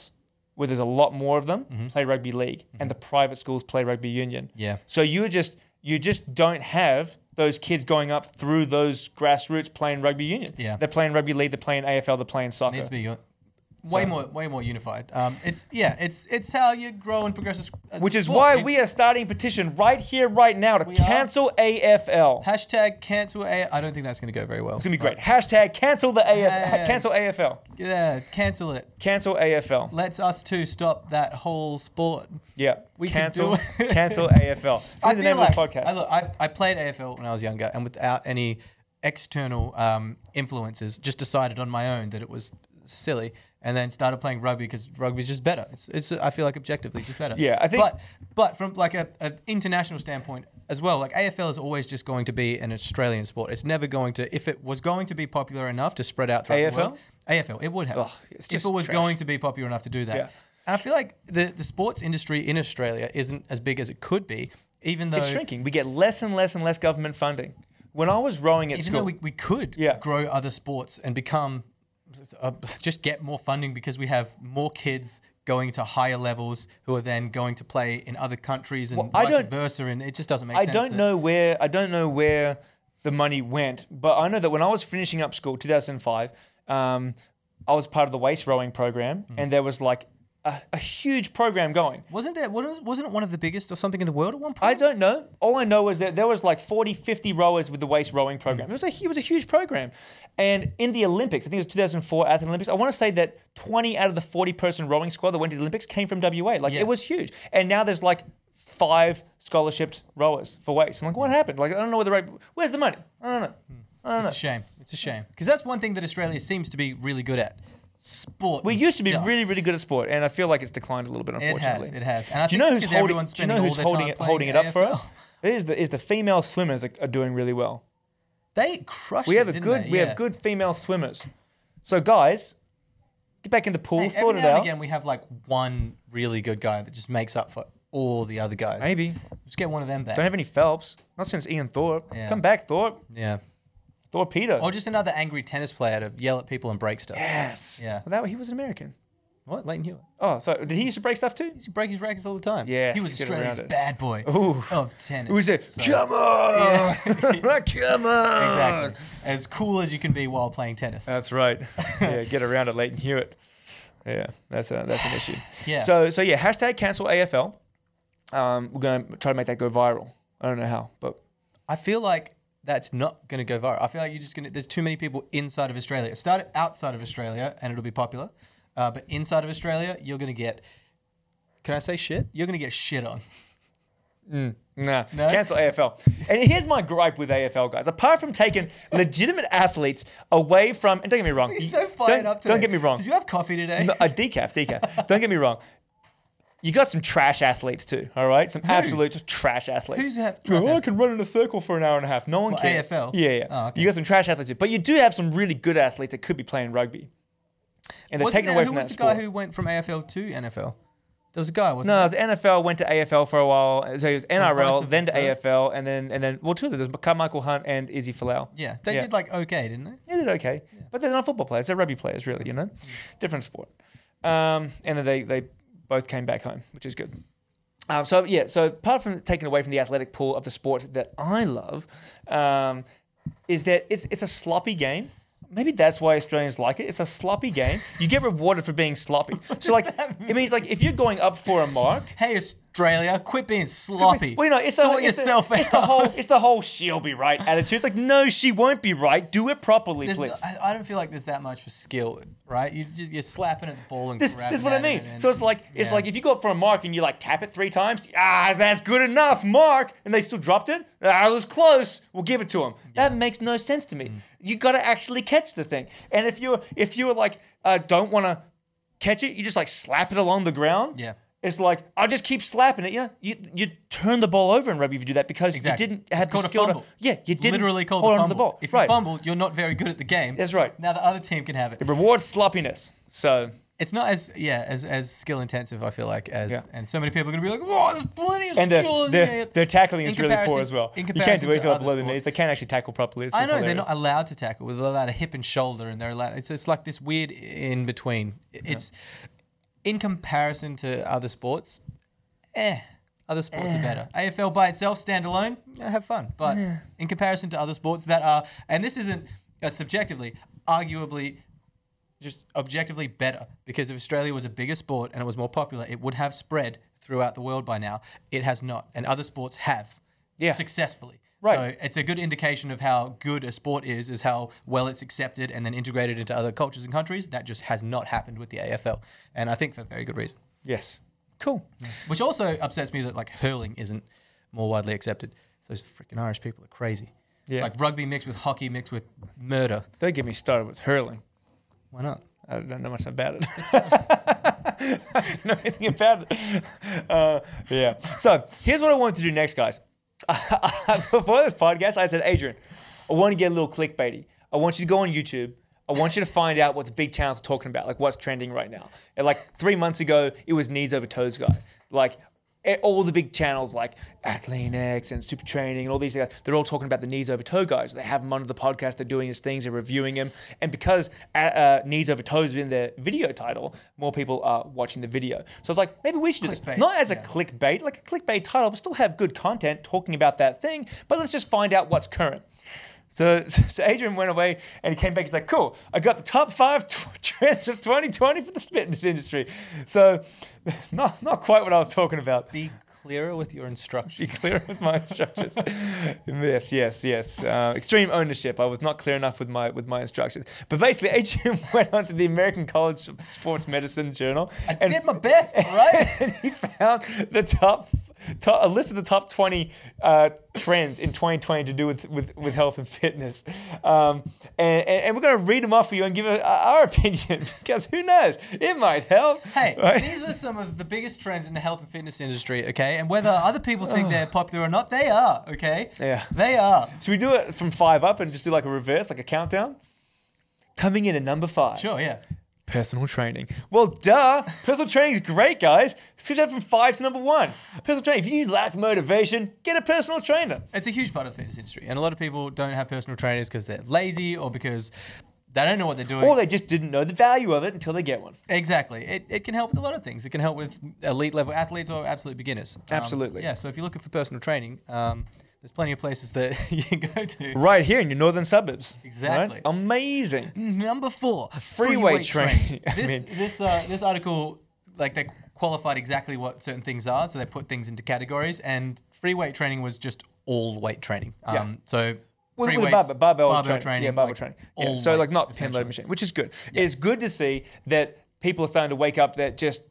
S2: where there's a lot more of them play rugby league, and the private schools play rugby union.
S1: Mm-hmm. Yeah.
S2: So you just you just don't have those kids going up through those grassroots playing rugby union.
S1: Yeah.
S2: They're playing rugby league, they're playing AFL, they're playing soccer.
S1: needs to be u- way
S2: So-
S1: more way more unified. Um, it's yeah, it's it's how you grow and progress as, as a
S2: Which is
S1: sport.
S2: why
S1: It-
S2: we are starting a petition right here, right now to
S1: We are.
S2: cancel AFL. It's
S1: hashtag cancel A. I don't think that's going to go very well. It's
S2: gonna be great. Hashtag cancel the AFL.
S1: Hey.
S2: Cancel AFL.
S1: Yeah, cancel it.
S2: Cancel AFL.
S1: Let's us two stop that whole sport.
S2: Yeah,
S1: We can
S2: cancel
S1: do it.
S2: *laughs*
S1: *laughs*
S2: cancel AFL. It's gonna be the name of this podcast.
S1: I, look, I, I played AFL when I was younger, and without any external um, influences, just decided on my own that it was silly, and then started playing rugby because rugby's just better. It's, it's I feel like objectively just better.
S2: Yeah, I think-
S1: But but from like a, an international standpoint as well, like AFL is always just going to be an Australian sport. It's never going to if it was going to be popular enough to spread out throughout the
S2: AFL?
S1: world. AFL, it would have.
S2: Ugh, it's
S1: if
S2: just
S1: it was
S2: trash.
S1: going to be popular enough to do that.
S2: Yeah.
S1: And I feel like the, the sports industry in Australia isn't as big as it could be, even though
S2: it's shrinking. We get less and less and less government funding. When I was rowing at
S1: even
S2: school,
S1: though we, we could
S2: Yeah.
S1: grow other sports and become uh, just get more funding because we have more kids going to higher levels who are then going to play in other countries and
S2: Well, I
S1: vice
S2: don't-
S1: versa and it just doesn't make
S2: I
S1: sense.
S2: don't
S1: that-
S2: know where I don't know where the money went, but I know that when I was finishing
S1: Mm.
S2: up school, 2005, um, I was part of the waist rowing program, and there was like a, a huge program going.
S1: Wasn't there wasn't wasn't it one of the biggest or something in the world at one point?
S2: I don't know. All I know is that there was like 40, 50 rowers with the waist
S1: Hmm.
S2: rowing program. It was a it was a huge program, and in the Olympics, I think it was 2004 Athens Olympics. I want to say that 20 out of the 40 person rowing squad that went to the Olympics came from WA. Like
S1: Yeah.
S2: it was huge, and now there's like five scholarshiped rowers for weights. I'm like,
S1: Hmm.
S2: what happened? Like I don't know where the right. Where's the money? I don't know. I don't know.
S1: It's a shame. It's a shame because that's one thing that Australia seems to be really good at. Sport.
S2: We
S1: and
S2: used to be
S1: stuff.
S2: really, really good at sport, and I feel like it's declined a little bit,
S1: It
S2: unfortunately.
S1: has. It has. And I
S2: Do
S1: think
S2: you know
S1: it's
S2: who's
S1: 'cause
S2: holding,
S1: everyone's
S2: do you
S1: spending
S2: know who's
S1: all their
S2: holding,
S1: time
S2: it,
S1: playing
S2: holding it up for
S1: AFL.
S2: us? It is the, is the female swimmers are, are doing really well.
S1: They crushed.
S2: We have
S1: it,
S2: a
S1: didn't
S2: good
S1: they?
S2: we
S1: Yeah.
S2: have good female swimmers. So guys, get back in the pool,
S1: Hey, every
S2: sort it
S1: now and
S2: out.
S1: again, we have like one really good guy that just makes up for all the other guys.
S2: Maybe
S1: Just get one of them back.
S2: don't have any Phelps. Not since Ian Thorpe.
S1: Yeah.
S2: Come back, Thorpe.
S1: yeah.
S2: Thorpe Peter.
S1: Or just another angry tennis player to yell at people and break stuff.
S2: yes.
S1: Yeah.
S2: Well, that he was an American.
S1: What? Leighton Hewitt.
S2: Oh, so did he used to break stuff too?
S1: He break his records all the time.
S2: Yes,
S1: He was
S2: get around
S1: Australia's
S2: it.
S1: bad boy
S2: Ooh.
S1: of tennis.
S2: It was a
S1: So-
S2: come on, *laughs* come on.
S1: Exactly. As cool as you can be while playing tennis. *laughs*
S2: That's right. yeah, get around it, Leighton Hewitt. Yeah, that's a, that's an issue.
S1: Yeah.
S2: So so yeah, hashtag cancel AFL. Um, we're gonna try to make that go viral. I don't know how, but
S1: I feel like that's not going to go viral. I feel like you're just going to, there's too many people inside of Australia. Start it outside of Australia and it'll be popular. Uh, but inside of Australia, you're going to get, can I say shit? You're going to get shit on. *laughs*
S2: Nah,
S1: No?
S2: cancel AFL. And here's my gripe with AFL guys. Apart from taking legitimate athletes away from, and don't get me wrong,
S1: He's
S2: you-
S1: so fired
S2: don't,
S1: up today.
S2: Don't get me wrong.
S1: Did you have coffee today?
S2: *laughs* No, a decaf, decaf. don't get me wrong. You got some trash athletes too, all right? Some absolute trash athletes.
S1: Who's have-
S2: Oh, I can run in a circle for an hour and a half. No one
S1: Well,
S2: cares.
S1: AFL?
S2: Yeah, yeah.
S1: Oh, okay.
S2: You got some trash athletes too, but you do have some really good athletes that could be playing rugby, and they're
S1: Wasn't
S2: taken
S1: there-
S2: away
S1: who
S2: from
S1: was
S2: that
S1: the
S2: sport.
S1: guy who went from AFL to NFL? There was a guy, wasn't
S2: No, it
S1: there?
S2: was NFL, went to AFL for a while. So he was NRL,
S1: Progressive
S2: then to
S1: Reserve.
S2: AFL, and then and then well, two of them. There's Carmichael Hunt and Izzy Falau.
S1: Yeah, they
S2: Yeah.
S1: did like okay, didn't they?
S2: Yeah, they're okay, but they're not football players. They're rugby players, really. You know, different sport. Um, and then they they both came back home, which is good. Um, so yeah, so apart from taking away from the athletic pool of the sport that I love, um, is that it's it's a sloppy game. Maybe that's why Australians like it. It's a sloppy game. You get rewarded for being sloppy. So like, it means like if you're going up for a mark,
S1: Hey, Australia, quit being sloppy.
S2: well, you know, it's
S1: Sort
S2: the, it's the-
S1: yourself
S2: it's the
S1: out.
S2: whole it's the whole she'll be right attitude. It's like no, she won't be right. Do it properly,
S1: There's
S2: please.
S1: no- I, I don't feel like there's that much for skill, right? You just, you're slapping at the ball and
S2: this,
S1: grabbing
S2: this is what I
S1: at it
S2: mean.
S1: and-
S2: So it's like it's
S1: yeah.
S2: like if you go up for a mark and you like tap it three times, ah, that's good enough, mark, and they still dropped it. Ah, it was close. We'll give it to them. That makes no sense
S1: Mm.
S2: to me. You got to actually catch the thing. And if you're if you're like uh, don't want to catch it, you just like slap it along the ground.
S1: Yeah.
S2: It's like I just keep slapping it. Yeah, you you turn the ball over in rugby if you do that because
S1: Exactly.
S2: you didn't have
S1: It's
S2: the
S1: called a
S2: skill. to,
S1: fumble.
S2: yeah, you
S1: It's
S2: didn't
S1: literally called
S2: hold
S1: a
S2: on
S1: fumble.
S2: to the ball.
S1: If you
S2: right.
S1: fumble, you're not very good at the game.
S2: That's right.
S1: Now the other team can have it.
S2: Reward sloppiness. So
S1: It's not as yeah as as skill intensive. I feel like as
S2: Yeah.
S1: and so many people are gonna be like, oh, there's plenty of
S2: and the,
S1: skill in
S2: their,
S1: here."
S2: their tackling
S1: In
S2: is really poor
S1: comparison-
S2: as well.
S1: in
S2: You can't
S1: comparison
S2: do anything
S1: to
S2: about
S1: other
S2: below the
S1: sports.
S2: knees. They can't actually tackle properly. It's
S1: I
S2: just
S1: know they're
S2: hilarious.
S1: not allowed to tackle. They're allowed a hip and shoulder, and they're allowed. It's it's like this weird in between. It's in comparison to other sports. Eh, other sports are better. AFL by itself, standalone, yeah, have fun. But in comparison to other sports that are, and this isn't uh, subjectively, arguably. Just objectively better because if Australia was a bigger sport and it was more popular, it would have spread throughout the world by now. It has not, and other sports have
S2: Yeah.
S1: successfully.
S2: Right.
S1: So it's a good indication of how good a sport is, is how well it's accepted and then integrated into other cultures and countries. That just has not happened with the AFL, and I think for very good reason.
S2: Yes. Cool.
S1: Which also upsets me that like hurling isn't more widely accepted. Those freaking Irish people are crazy.
S2: Yeah.
S1: It's like rugby mixed with hockey mixed with murder.
S2: Don't get me started with hurling.
S1: Why not?
S2: I don't know much about it. I *laughs* don't know anything about it. Uh, yeah. So here's what I wanted to do next, guys. *laughs* Before this podcast, I said, Adrian, I want to get a little clickbaity. I want you to go on YouTube. I want you to find out what the big channels are talking about, like what's trending right now. And like three months ago, it was knees over toes guy. Like eh, all the big channels like Athleanx and Super Training and all these guys, they're all talking about the knees over toe guys. They have him onto the podcast. They're doing his things. They're reviewing him. And because uh, uh, knees over toes is in the video title, more people are watching the video. So it's like maybe we should do this.
S1: Clickbait,
S2: not as a
S1: yeah.
S2: clickbait, like a clickbait title, but still have good content talking about that thing. But let's just find out what's current. So, *laughs* so Adrian went away and he came back. He's like, cool, I got the top five *laughs* t- trends of 2020 for the fitness industry. So, *laughs* not, not quite what I was talking about.
S1: Be clearer with your instructions.
S2: Be *laughs* clear with my instructions. *laughs* yes, yes, yes. Uh, extreme ownership. I was not clear enough with my with my instructions. But basically, *laughs* Adrian went onto the American College of Sports Medicine Journal
S1: I
S2: and
S1: did my best, all right?
S2: *laughs* and he found the top, top a list of the top 20 uh, trends in 2020 to do with, with, with health and fitness. Um, and, and, and we're going to read them off for you and give uh, our *laughs* opinion because who knows? It might help.
S1: Hey,
S2: right?
S1: these were some of the biggest trends in the health and fitness industry, okay? And whether other people think they're popular or not, they are, okay?
S2: Yeah.
S1: They are.
S2: Should we do it from five up and just do like a reverse, like a countdown? Coming in at number five.
S1: Sure, yeah.
S2: Personal training. Well, duh. Personal training's great, guys. Switch up from five to number one. Personal training. If you lack motivation, get a personal trainer.
S1: It's a huge part of the fitness industry. And a lot of people don't have personal trainers because they're lazy or because they don't know what they're doing.
S2: Or they just didn't know the value of it until they get one.
S1: Exactly. It, it can help with a lot of things. It can help with elite level athletes or absolute beginners. Um,
S2: Absolutely.
S1: Yeah. So if you're looking for personal training, um, there's plenty of places that *laughs* you can go to.
S2: Right here in your northern suburbs. right?
S1: Exactly. Mm.
S2: Amazing.
S1: Number four,
S2: Freeway
S1: freeway
S2: train.
S1: training.
S2: *laughs* I
S1: This
S2: mean-
S1: this uh, this article, like they qualified exactly what certain things are, so they put things into categories. And free weight training was just all weight training. Um,
S2: Yeah.
S1: So
S2: With,
S1: free
S2: with
S1: weights,
S2: barbell, barbell, training. Yeah, barbell
S1: like,
S2: training. Yeah,
S1: all
S2: so like
S1: weights,
S2: not ten
S1: essentially.
S2: load machine, which is good. It's good to see that people are starting to wake up that just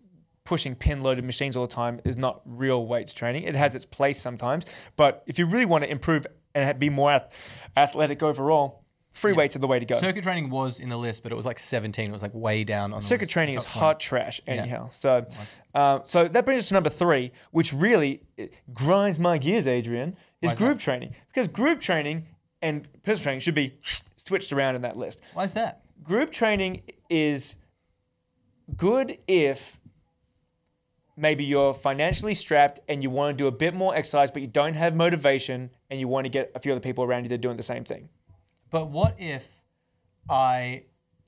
S2: pushing pin loaded machines all the time is not real weights training. It has its place sometimes, but if you really want to improve and ha- be more ath- athletic overall, free weights are the way to go.
S1: Circuit training was in the list, but it was like 17. It was like way down on the
S2: circuit
S1: list,
S2: training
S1: the
S2: is
S1: top 20.
S2: hot trash anyhow. So, uh, so that brings us to number three, which really it grinds my gears, Adrian, is
S1: is
S2: group training because group training and personal training should be *sniffs* switched around in that list.
S1: Why is that?
S2: Group training is good if maybe you're financially strapped and you want to do a bit more exercise, but you don't have motivation and you want to get a few other people around you that are doing the same thing.
S1: But what if I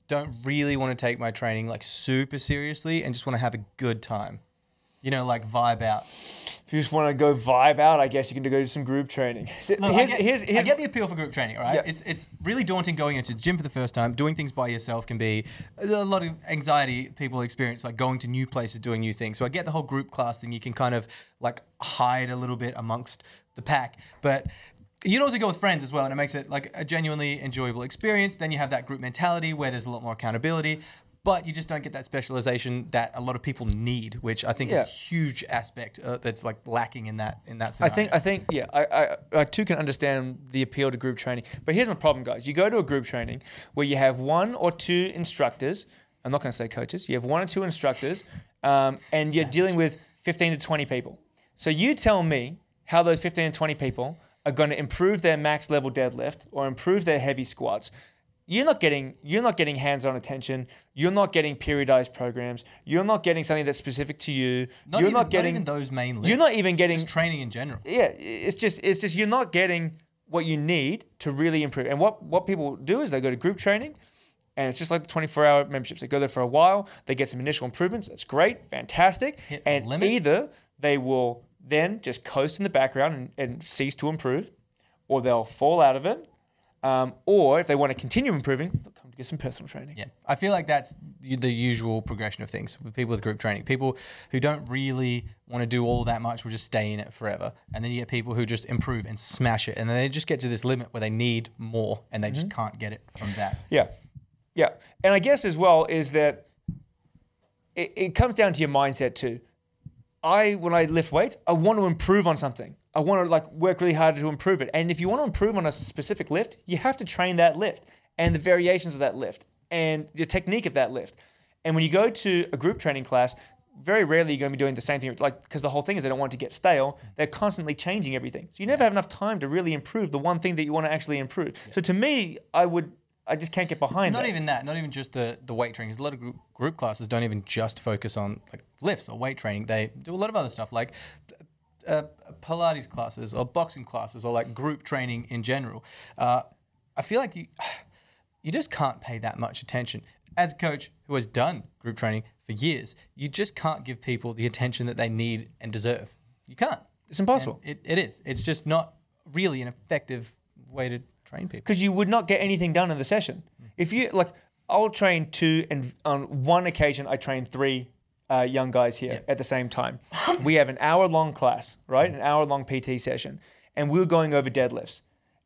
S1: don't really want to take my training like super seriously and just want to have a good time? You know, like vibe out.
S2: If you just want to go vibe out, I guess you can go do some group training. *laughs* So
S1: Look,
S2: here's-
S1: I, get,
S2: here's-
S1: I
S2: here's-
S1: get the appeal for group training, all right?
S2: Yeah.
S1: It's it's really daunting going into the gym for the first time. Doing things by yourself can be a lot of anxiety people experience, like going to new places, doing new things. So I get the whole group class thing. You can kind of like hide a little bit amongst the pack, but you can also go with friends as well, and it makes it like a genuinely enjoyable experience. Then you have that group mentality where there's a lot more accountability. But you just don't get that specialization that a lot of people need, which I think is
S2: Yeah.
S1: a huge aspect uh, that's like lacking in that in that.
S2: I
S1: Scenario.
S2: think I think yeah, I, I I too can understand the appeal to group training. But here's my problem, guys. You go to a group training where you have one or two instructors. I'm not going to say coaches. You have one or two instructors, um, and you're dealing with 15 to 20 people. So you tell me how those 15 and 20 people are going to improve their max level deadlift or improve their heavy squats. You're not getting you're not getting hands-on attention. You're not getting periodized programs. You're not getting something that's specific to you.
S1: Not
S2: you're
S1: even,
S2: not getting
S1: even those main lists.
S2: you're not even getting
S1: just training in general.
S2: yeah, it's just it's just you're not getting what you need to really improve. And what what people do is they go to group training, and it's just like the 24 hour memberships. They go there for a while, they get some initial improvements. That's great, fantastic.
S1: Hit a
S2: and
S1: limit.
S2: either they will then just coast in the background and, and cease to improve, or they'll fall out of it. Um, or if they want to continue improving, they'll come to get some personal training.
S1: Yeah, I feel like that's y- the usual progression of things with people with group training. People who don't really want to do all that much will just stay in it forever, and then you get people who just improve and smash it, and then they just get to this limit where they need more, and they
S2: Mm-hmm.
S1: just can't get it from that.
S2: Yeah. Yeah. And I guess as well is that it, it comes down to your mindset too. I, when I lift weights, I want to improve on something. I want to like work really hard to improve it. And if you want to improve on a specific lift, you have to train that lift and the variations of that lift and your technique of that lift. And when you go to a group training class, very rarely you're going to be doing the same thing. Like, because the whole thing is they don't want to get stale. They're constantly changing everything. So you never have enough time to really improve the one thing that you want to actually improve. So to me, I would, I just can't get behind
S1: Not
S2: that.
S1: even that. Not even just the the weight training. 'cause A lot of group, group classes don't even just focus on like lifts or weight training. They do a lot of other stuff like uh, Pilates classes or boxing classes or like group training in general. Uh, I feel like you *sighs* you just can't pay that much attention as a coach who has done group training for years. You just can't give people the attention that they need and deserve. You can't.
S2: It's impossible.
S1: It, it is. It's just not really an effective way to train people.
S2: because you would not get anything done in the session. If you like, I'll train two, and on one occasion, I trained three uh, young guys here at the same time. we have an hour long class, right? An hour long PT session, and we were going over deadlifts,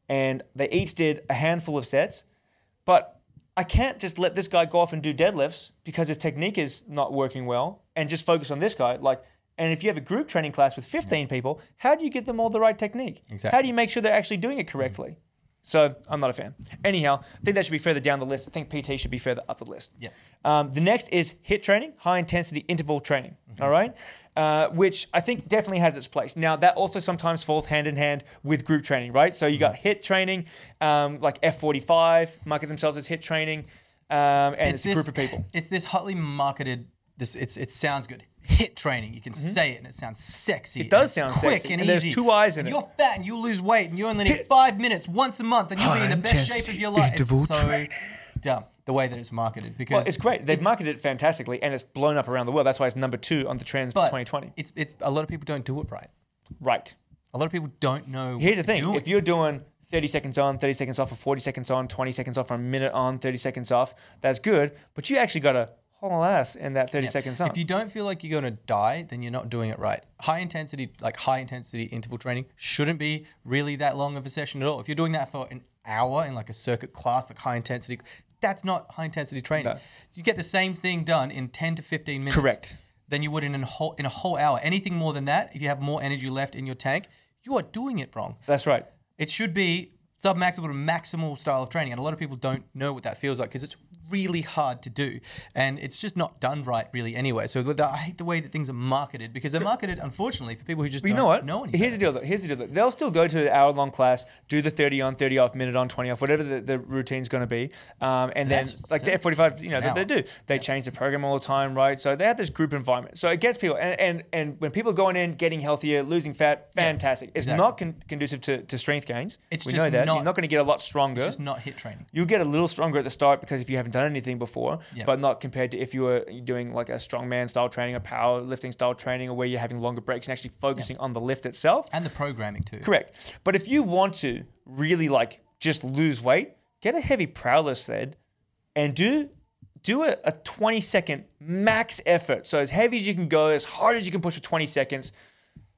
S2: and they each did a handful of sets, but I can't just let this guy go off and do deadlifts because his technique is not working well, and just focus on this guy, like. And if you have a group training class with 15 people, how do you get them all the right technique? How
S1: Exactly.
S2: do you make sure they're actually doing it correctly? So I'm not a fan. Anyhow, I think that should be further down the list. I think PT should be further up the list.
S1: Yeah.
S2: Um, the next is HIT training, high intensity interval training. all right, uh, which I think definitely has its place. Now that also sometimes falls hand in hand with group training, right? So you got
S1: Mm-hmm.
S2: HIT training, um, like F45 market themselves as HIT training, um, and it's, a
S1: this-
S2: group of people.
S1: It's this hotly marketed. This it's it sounds good. Hit training. You can say it, and it sounds sexy. It
S2: Mm-hmm. does sound sexy, and there's two eyes in it.
S1: You're fat, and you'll lose weight, and you only need five minutes once a month, and you'll be in the best shape of your life. It's
S3: Interval
S1: so dumb the way that it's marketed because
S2: Well, it's great. They've marketed it fantastically, and it's blown up around the world. That's why it's number two on the trends for
S1: but
S2: 2020.
S1: It's it's a lot of people don't do it right.
S2: Right.
S1: A lot of people don't know.
S2: Here's the
S1: what
S2: thing:
S1: to do
S2: if you're doing 30 seconds on, 30 seconds off, or 40 seconds on, 20 seconds off, or a minute on, 30 seconds off, that's good. But you actually got a whole ass in that 30
S1: Yeah.
S2: seconds on.
S1: If you don't feel like you're going to die, then you're not doing it right. High intensity, like high intensity interval training, shouldn't be really that long of a session at all. If you're doing that for an hour in like a circuit class, like high intensity, that's not high intensity training.
S2: No.
S1: You get the same thing done in 10 to 15 minutes.
S2: Correct.
S1: Than you would in a whole in a whole hour. Anything more than that, if you have more energy left in your tank, you are doing it wrong.
S2: that's right.
S1: It should be submaximal to maximal style of training. And a lot of people don't know what that feels like because it's really hard to do. And it's just not done right, really, anyway. So the, the- I hate the way that things are marketed because they're marketed, unfortunately, for people who just
S2: But you
S1: don't
S2: know what?
S1: know anything.
S2: Here's the deal. Though. Here's the deal. Though. They'll still go to the hour long class, do the 30 on, 30 off, minute on, 20 off, whatever the, the routine's going to be. Um, and then,
S1: That's
S2: like the
S1: so-
S2: F45, you know, they,
S1: An
S2: they do. They change the program all the time, right? So they have this group environment. So it gets people. And and, and when people are going in, getting healthier, losing fat, fantastic. it's
S1: exactly.
S2: not con- conducive to, to strength gains.
S1: It's
S2: we
S1: just
S2: know that. You're
S1: not-
S2: not going to get a lot stronger.
S1: It's just not hit training.
S2: You'll get a little stronger at the start because if you haven't done anything before,
S1: Yeah.
S2: but not compared to if you were doing like a strongman style training or powerlifting style training or where you're having longer breaks and actually focusing on the lift itself.
S1: And the programming, too.
S2: Correct. But if you want to really like just lose weight, get a heavy prowler sled and do do a, a 20 second max effort. So as heavy as you can go, as hard as you can push for 20 seconds.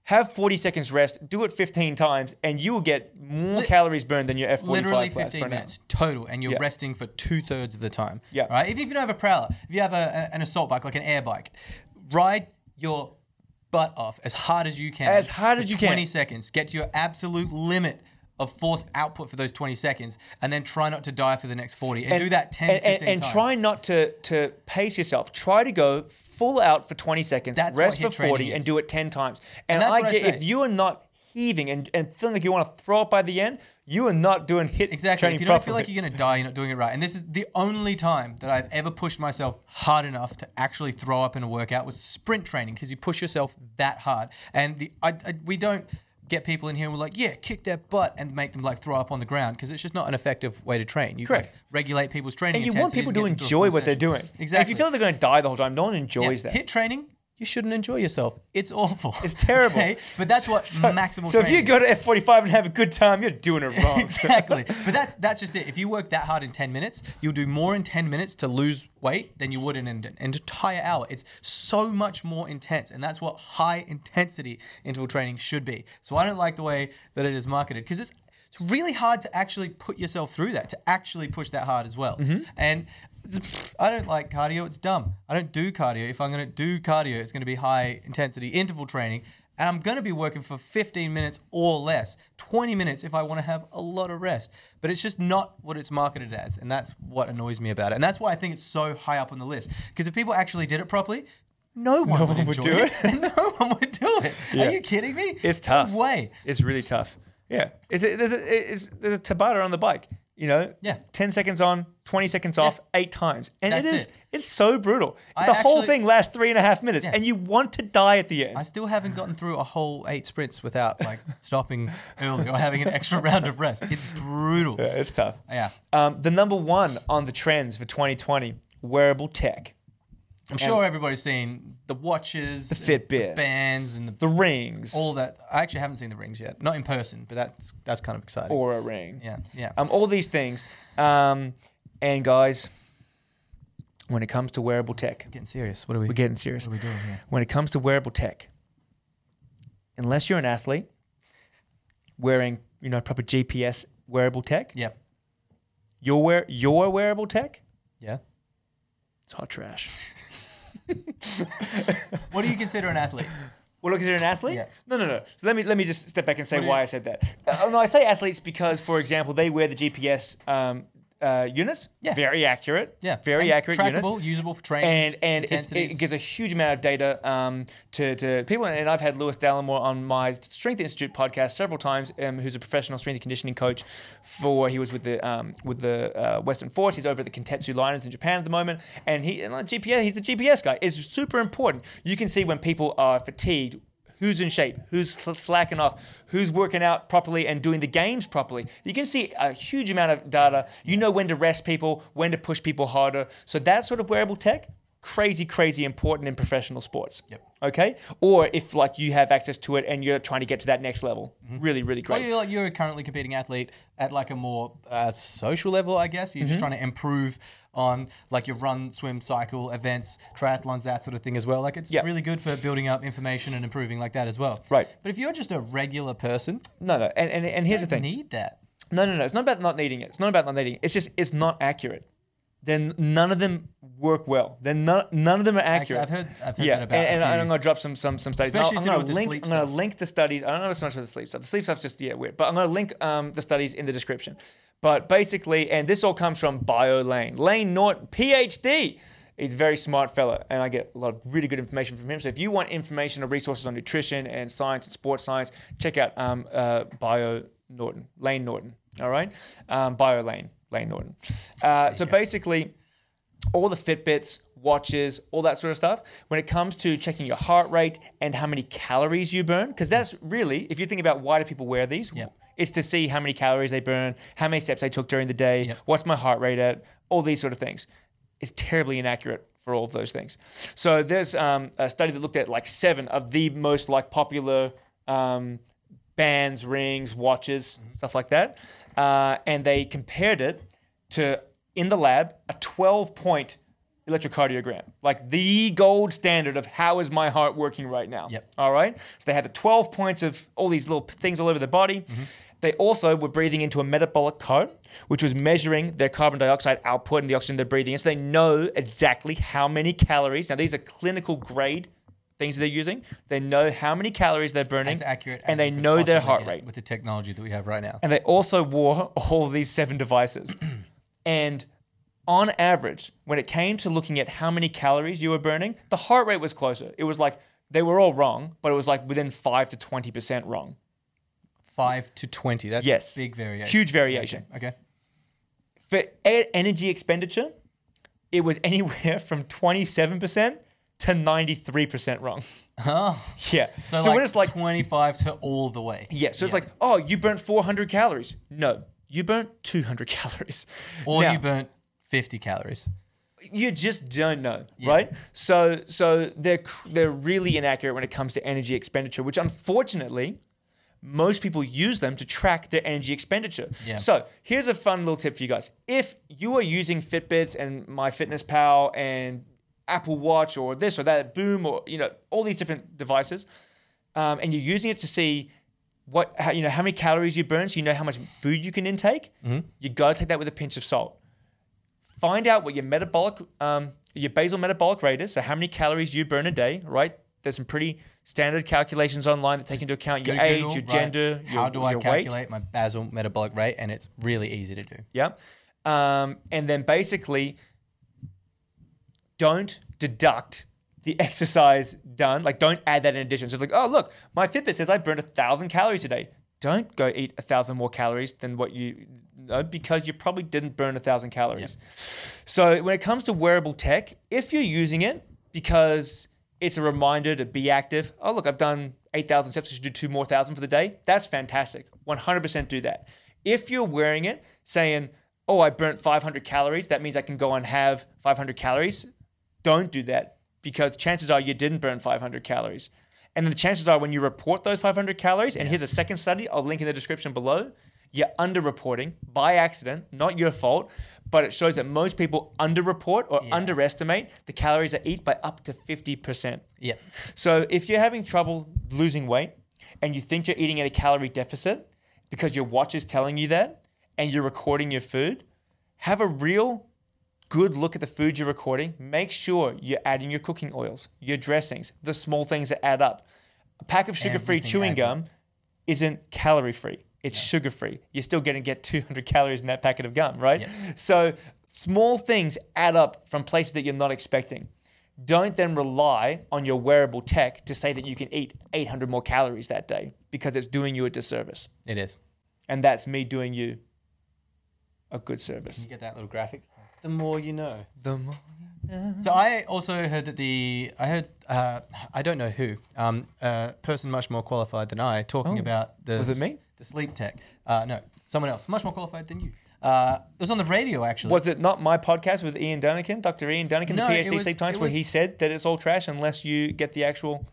S2: Have 40 seconds rest, do it 15 times, and you will get more calories burned than your F45
S1: Literally
S2: class
S1: 15
S2: per now.
S1: minutes total, and you're
S2: Yeah.
S1: resting for two thirds of the time.
S2: Yeah.
S1: Right? Even if you don't have a prowler, if you have a, a- an assault bike, like an air bike, ride your butt off as hard as you can.
S2: As hard
S1: for
S2: as you can.
S1: 20 seconds. Get to your absolute limit of force output for those 20 seconds, and then try not to die for the next 40. And, do that 10
S2: and,
S1: to 15
S2: and, and
S1: times.
S2: try not to to pace yourself. Try to go full out for 20 seconds,
S1: That's what
S2: rest for
S1: HIIT training
S2: 40, and
S1: is.
S2: do it 10 times. And,
S1: that's what
S2: I
S1: I
S2: get
S1: say.
S2: if you are not heaving and, and feeling like you want to throw up by the end, you are not doing hit
S1: Exactly.
S2: training
S1: If you don't
S2: properly.
S1: feel like you're going to die, you're not doing it right. And this is the only time that I've ever pushed myself hard enough to actually throw up in a workout was sprint training because you push yourself that hard. And the I, I, we don't get people in here and we're like, yeah, kick their butt and make them like throw up on the ground because it's just not an effective way to train. You
S2: Correct.
S1: like, regulate people's training.
S2: and you want
S1: intensities
S2: people
S1: and
S2: to
S1: get them a
S2: enjoy
S1: full
S2: what they're
S1: session.
S2: doing. If
S1: Exactly.
S2: you feel they're going to die the whole time, no one enjoys that.
S1: hit training. You shouldn't enjoy yourself. It's awful. It's *laughs*
S2: terrible.
S1: But that's what maximal.
S2: *laughs* So if
S1: training
S2: you
S1: is.
S2: go to F45 and have a good time, you're doing
S1: *laughs*
S2: it wrong.
S1: exactly. But that's that's just it. If you work that hard in ten minutes, you'll do more in ten minutes to lose weight than you would in an, an entire hour. It's so much more intense, and that's what high intensity interval training should be. So I don't like the way that it is marketed because it's it's really hard to actually put yourself through that to actually push that hard as well. And it's- I don't like cardio. It's dumb. I don't do cardio. If I'm going to do cardio, it's going to be high intensity interval training and I'm going to be working for 15 minutes or less, 20 minutes if I want to have a lot of rest. But it's just not what it's marketed as, and that's what annoys me about it. And that's why I think it's so high up on the list because if people actually did it properly, no one would,
S2: one would
S1: enjoy
S2: do
S1: it. and *laughs* no one would do it.
S2: Yeah.
S1: Are you kidding me?
S2: It's tough.
S1: No way.
S2: It's really tough. Yeah. Is it, there's, a, it's, there's a Tabata on the bike, you know?
S1: Yeah.
S2: 10 seconds on, 20 seconds off, eight times. And it
S1: That's
S2: is,
S1: it.
S2: it's so brutal.
S1: I
S2: the whole
S1: actually-
S2: thing lasts three and a half minutes
S1: Yeah.
S2: and you want to die at the end.
S1: I still haven't gotten through a whole eight sprints without like *laughs* stopping early or having an extra round of rest. It's brutal.
S2: yeah, it's tough.
S1: Yeah.
S2: Um, the number one on the trends for 2020 wearable tech.
S1: I'm sure everybody's seen the the watches, the
S2: Fitbits.
S1: the bands, and the,
S2: The rings.
S1: all that. I actually haven't seen the rings yet, not in person, but that's that's kind of exciting.
S2: Or a ring.
S1: yeah, yeah.
S2: Um, all these things. Um, and guys, when it comes to wearable tech,
S1: getting serious. What are we?
S2: we're getting serious.
S1: what are we doing here?
S2: When it comes to wearable tech, unless you're an athlete wearing, you know, proper GPS wearable tech,
S1: Yeah,
S2: your wear your wearable tech,
S1: yeah.
S2: it's hot trash.
S1: What do you consider an athlete?
S2: Well, look, is it an athlete?
S1: Yeah.
S2: No, no, no. So let me let me just step back and say
S1: What do
S2: why
S1: you-
S2: I said that. Uh, no, I say athletes because, for example, they wear the GPS um, uh, units.
S1: Yeah.
S2: Very accurate.
S1: Yeah,
S2: *laughs* Very
S1: And
S2: accurate units.
S1: trackable, usable for training,
S2: and and it's, it
S1: intensities.
S2: gives a huge amount of data um, to, to people. And I've had Lewis Dallimore on my Strength Institute podcast several times, um, who's a professional strength and conditioning coach. For he was with the um, with the uh, Western Force. He's over at the Kintetsu Lions in Japan at the moment, and he and like GPS. He's the GPS guy. It's super important. You can see when people are fatigued. Who's in shape? Who's sl- slacking off? Who's working out properly and doing the games properly? You can see a huge amount of data. You know when to rest people, when to push people harder. So that sort of wearable tech crazy, crazy important in professional sports.
S1: Yep.
S2: Okay. Or if like you have access to it and you're trying to get to that next level,
S1: Mm-hmm.
S2: really, really
S1: Or
S2: great.
S1: you're like you're a currently competing athlete at like a more uh, social level, I guess. You're just
S2: Mm-hmm.
S1: trying to improve on like your run, swim, cycle, events, triathlons, that sort of thing as well. Like it's
S2: Yeah.
S1: really good for building up information and improving like that as well.
S2: Right.
S1: But if you're just a regular person,
S2: No, no. And and, and here's the
S1: you
S2: thing.
S1: need that.
S2: No, no, no. It's not about not needing it. It's not about not needing it. It's just it's not accurate. Then none of them work well. Then none, none of them are
S1: Actually,
S2: accurate.
S1: I've heard I've heard
S2: yeah,
S1: that about
S2: and, and
S1: a few-
S2: I'm going to drop some some some studies. And
S1: Especially
S2: I'll-
S1: to do
S2: I'm
S1: with
S2: going
S1: the
S2: to link.
S1: sleep
S2: I'm going
S1: stuff.
S2: to link the studies. I don't know so much about the sleep stuff. The sleep stuff's just yeah weird, but I'm going to link um, the studies in the description. But basically, and this all comes from Bio Lane. Lane Norton, PhD. He's a very smart fella, and I get a lot of really good information from him. So if you want information or resources on nutrition and science and sports science, check out um, uh, Bio Norton, Lane Norton. All right, um, Bio Lane, Lane Norton. Uh, so basically all the Fitbits, watches, all that sort of stuff. When it comes to checking your heart rate and how many calories you burn, because that's really, if you think about why do people wear these,
S1: Yep.
S2: it's to see how many calories they burn, how many steps they took during the day,
S1: Yep.
S2: what's my heart rate at, all these sort of things. It's terribly inaccurate for all of those things. So there's um, a study that looked at like seven of the most like popular um, bands, rings, watches, stuff like that, uh, and they compared it to in the lab a 12 point electrocardiogram, like the gold standard of how is my heart working right now.
S1: Yep.
S2: All right. So they had the 12 points of all these little p- things all over the body. They also were breathing into a metabolic code, which was measuring their carbon dioxide output and the oxygen they're breathing in. So they know exactly how many calories. Now, these are clinical grade things they're using. They know how many calories they're burning.
S1: as accurate,
S2: And
S1: as
S2: they
S1: you could
S2: know their
S1: possibly
S2: heart
S1: get
S2: rate.
S1: with the technology that we have right now.
S2: And they also wore all these
S1: *clears throat*
S2: seven devices. and on average, when it came to looking at how many calories you were burning, the heart rate was closer. It was like they were all wrong, but it was like within 5 to 20% wrong.
S1: Five to twenty. That's
S2: Yes.
S1: big variation.
S2: Huge variation.
S1: Okay.
S2: For e- energy expenditure, it was *laughs* anywhere from 27% to 93% wrong.
S1: Oh,
S2: yeah.
S1: so, like, twenty-five to all the way.
S2: Yeah, so it's like, oh, you burnt 400 calories. No, you burnt 200 *laughs* calories.
S1: or
S2: Now-
S1: you burnt fifty calories.
S2: you just don't know, right? So so they're cr- they're really inaccurate when it comes to energy expenditure, which unfortunately most people use them to track their energy expenditure.
S1: Yeah.
S2: So here's a fun little tip for you guys: if you are using Fitbits and MyFitnessPal and Apple Watch or this or that, Boom or you know all these different devices, um, and you're using it to see what how, you know how many calories you burn, so you know how much food you can intake.
S1: Mm-hmm.
S2: You gotta take that with a pinch of salt find out what your metabolic um, your basal metabolic rate is so how many calories you burn a day right there's some pretty standard calculations online that take into account
S1: Go
S2: your
S1: to
S2: age
S1: Google,
S2: your
S1: right,
S2: gender your,
S1: How do I
S2: your weight
S1: calculate my basal metabolic rate? And it's really easy to do.
S2: yeah um, and then basically don't deduct the *laughs* exercise done like don't add that in addition so it's like oh look my fitbit says i burned a thousand calories today don't go eat a thousand more calories than what you know because you probably didn't burn a thousand calories So when it comes to wearable tech, if you're using it because it's a reminder to be active, oh look, I've done 8,000 steps, I should do two more thousand for the day. That's fantastic. 100% do that. If you're wearing it saying, "Oh, I burnt 500 calories, that means I can go and have 500 calories." Don't do that. because chances are you didn't burn 500 calories. And the chances are when you report those 500 calories, and here's a second study, I'll link in the description below, you're underreporting by accident, not your fault, but it shows that most people underreport or underestimate the calories they eat by up to 50%.
S1: Yeah.
S2: So if you're having trouble losing weight and you think you're eating at a calorie deficit because your watch is telling you that and you're recording your food, have a real good look at the food you're recording. Make sure you're adding your cooking oils, your dressings, the small things that add up. A pack of sugar free
S1: Everything
S2: chewing
S1: adds up.
S2: gum isn't calorie free, it's sugar free. You're still going to get *laughs* 200 calories in that packet of gum, right? So small things add up from places that you're not expecting. Don't then rely on your wearable tech to say that you can eat 800 more calories that day because it's doing you a disservice.
S1: It is.
S2: And that's me doing you a good service.
S1: You get that little graphics. The more you know.
S2: The more
S1: So I also heard that the I heard uh, I don't know who um, a person much more qualified than I talking
S2: Oh.
S1: about the
S2: Was it
S1: s-
S2: me?
S1: the sleep tech uh, no someone else much more qualified than you uh, it was on the radio actually
S2: Was it not my podcast with Ian Dunnikin, Dr. Ian Dunnikin,
S1: No,
S2: the
S1: it
S2: PhD
S1: was-
S2: Sleep Times,
S1: it
S2: where
S1: was-
S2: he said that it's all trash unless you get the actual.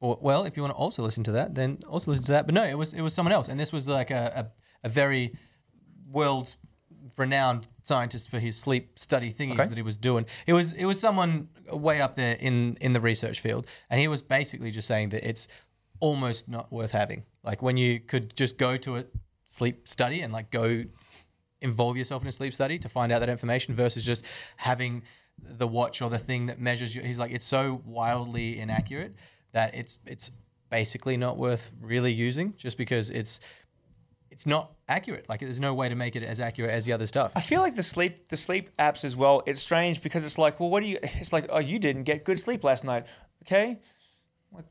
S1: Or, well, if you want to also listen to that, then also listen to that. But no, it was it was someone else, and this was like a a, a very world renowned scientist for his sleep study thingies
S2: Okay.
S1: that he was doing. It was it was someone way up there in in the research field, and he was basically just saying that it's almost not worth having. Like when you could just go to a sleep study and like go involve yourself in a sleep study to find out that information versus just having the watch or the thing that measures you. He's like, it's so wildly inaccurate that it's it's basically not worth really using just because it's it's not accurate. Like there's no way to make it as accurate as the other stuff.
S2: I feel like the sleep, the sleep apps as well. It's strange because it's like, well, what do you? It's like, oh, you didn't get good sleep last night. Okay, like,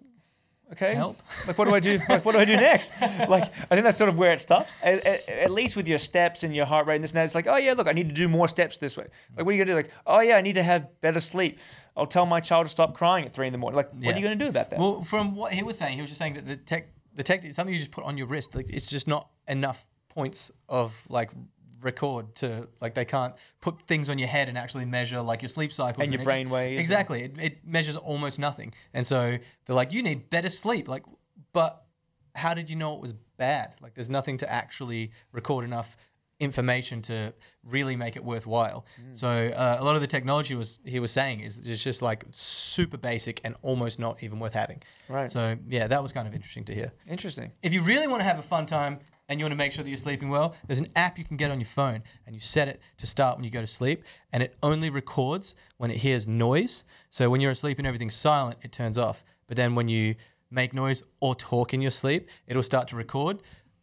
S2: okay,
S1: Help.
S2: like what do I
S1: *laughs*
S2: do? Like what do I do next? Like I think that's sort of where it stops. At, at- at least with your steps and your heart rate and this and that, it's like, oh yeah, look, I need to do more steps this way. Like what are you gonna do? Like oh yeah, I need to have better sleep. I'll tell my child to stop crying at three in the morning. Like what
S1: Yeah.
S2: are you gonna do about that?
S1: Well, from what he was saying, he was just saying that the tech, the tech, it's something you just put on your wrist. Like it's just not enough points of like record to like they can't put things on your head and actually measure like your sleep cycles
S2: And your
S1: it just-
S2: brain waves and-
S1: Exactly, it, it measures almost nothing. And so they're like, you need better sleep. Like, but how did you know it was bad? Like, there's nothing to actually record enough information to really make it worthwhile.
S2: Mm.
S1: So uh, a lot of the technology was he was saying is is just like super basic and almost not even worth having.
S2: Right.
S1: So yeah, that was kind of interesting to hear.
S2: Interesting.
S1: If you really want to have a fun time and you want to make sure that you're sleeping well, there's an app you can get on your phone and you set it to start when you go to sleep and it only records when it hears noise. So when you're asleep and everything's silent, it turns off. But then when you make noise or talk in your sleep, it'll start to record.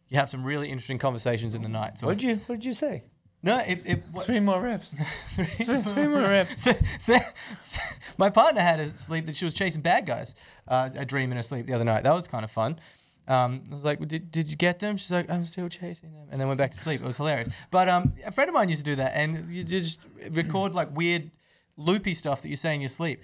S1: You have some really interesting conversations in the night. So
S2: What did you What did you say?
S1: no, it, it what,
S2: Three more *laughs* reps. three, three more
S1: *laughs*
S2: reps.
S1: so, so, so- my partner had a sleep that she was chasing bad guys. Uh, a dream in her sleep the other night. That was kind of fun. Um, I was like, well, did, did you get them? She's like, I'm still chasing them. And then went back to sleep. It was hilarious. But um, a friend of mine used to do that. And you just record like weird, loopy stuff that you say in your sleep.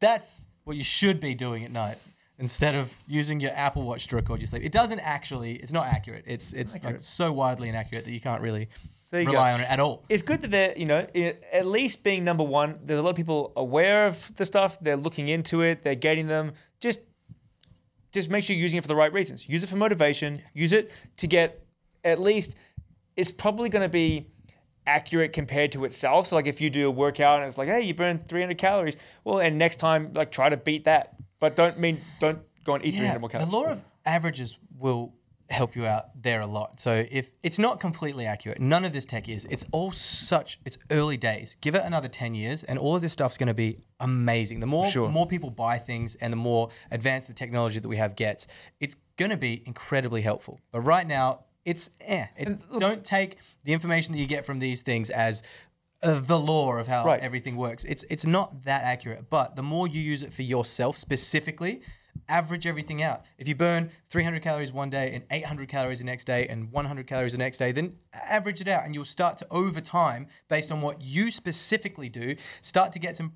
S1: That's what you should be doing at night instead of using your Apple Watch to record your sleep. It doesn't actually, it's not accurate. It's, it's like
S2: Accurate.
S1: so widely inaccurate that you can't really
S2: So you go.
S1: rely on it at all.
S2: it's good that they're you know i- at least being number one there's a lot of people aware of the stuff they're looking into it they're getting them just just make sure you're using it for the right reasons use it for motivation use it to get at least it's probably going to be accurate compared to itself so like if you do a workout and it's like hey you burned 300 calories well and next time like try to beat that but don't mean don't go and eat 300 more calories
S1: The law of averages will help you out there a lot. So if it's not completely accurate, none of this tech is. It's all such it's early days. Give it another 10 years and all of this stuff's going to be amazing. The more
S2: Sure.
S1: more people buy things and the more advanced the technology that we have gets, it's going to be incredibly helpful. But right now, it's eh. It- don't take the information that you get from these things as uh, the law of how
S2: Right.
S1: everything works. It's it's not that accurate, but the more you use it for yourself specifically, average everything out. If you burn 300 calories one day and 800 calories the next day and 100 calories the next day, then average it out and you'll start to over time based on what you specifically do, start to get some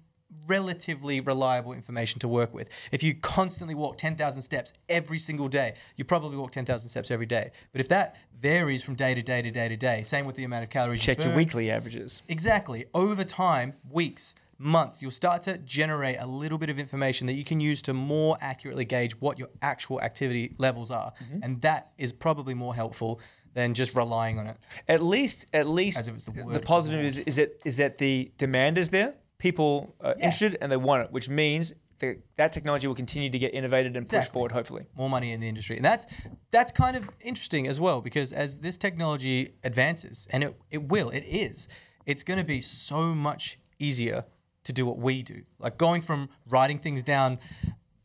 S1: relatively reliable information to work with. If you constantly walk 10,000 steps every single day, you probably walk 10,000 steps every day. But if that varies from day to day to day to day, same with the amount of calories
S2: check
S1: you
S2: your
S1: burn,
S2: weekly averages
S1: Exactly. Over time, weeks, months, you'll start to generate a little bit of information that you can use to more accurately gauge what your actual activity levels are. And that is probably more helpful than just relying on it.
S2: At least, at least,
S1: As if it's the
S2: the,
S1: word for the
S2: positive is is that is that the demand is there. People are interested and they want it, which means that that technology will continue to get innovated and pushed
S1: Exactly.
S2: forward. Hopefully,
S1: more money in the industry. And that's that's kind of interesting as well because as this technology advances, and it, it will, it is, it's going to be so much easier to do what we do. Like going from writing things down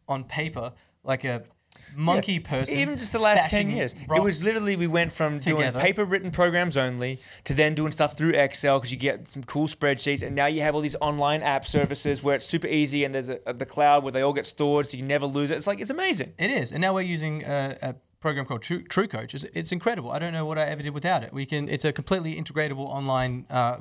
S1: on paper like a monkey person
S2: even just the last ten
S1: bashing
S2: years, it
S1: rocks.
S2: was literally we went from
S1: together.
S2: doing paper written programs only to then doing stuff through Excel because you get some cool spreadsheets, and now you have all these online app services where it's super easy and there's a, the cloud where they all get stored, so you never lose it. It's like it's amazing.
S1: It is, and now we're using a, a program called True, True Coach. It's, it's incredible. I don't know what I ever did without it. We can. It's a completely integratable online uh,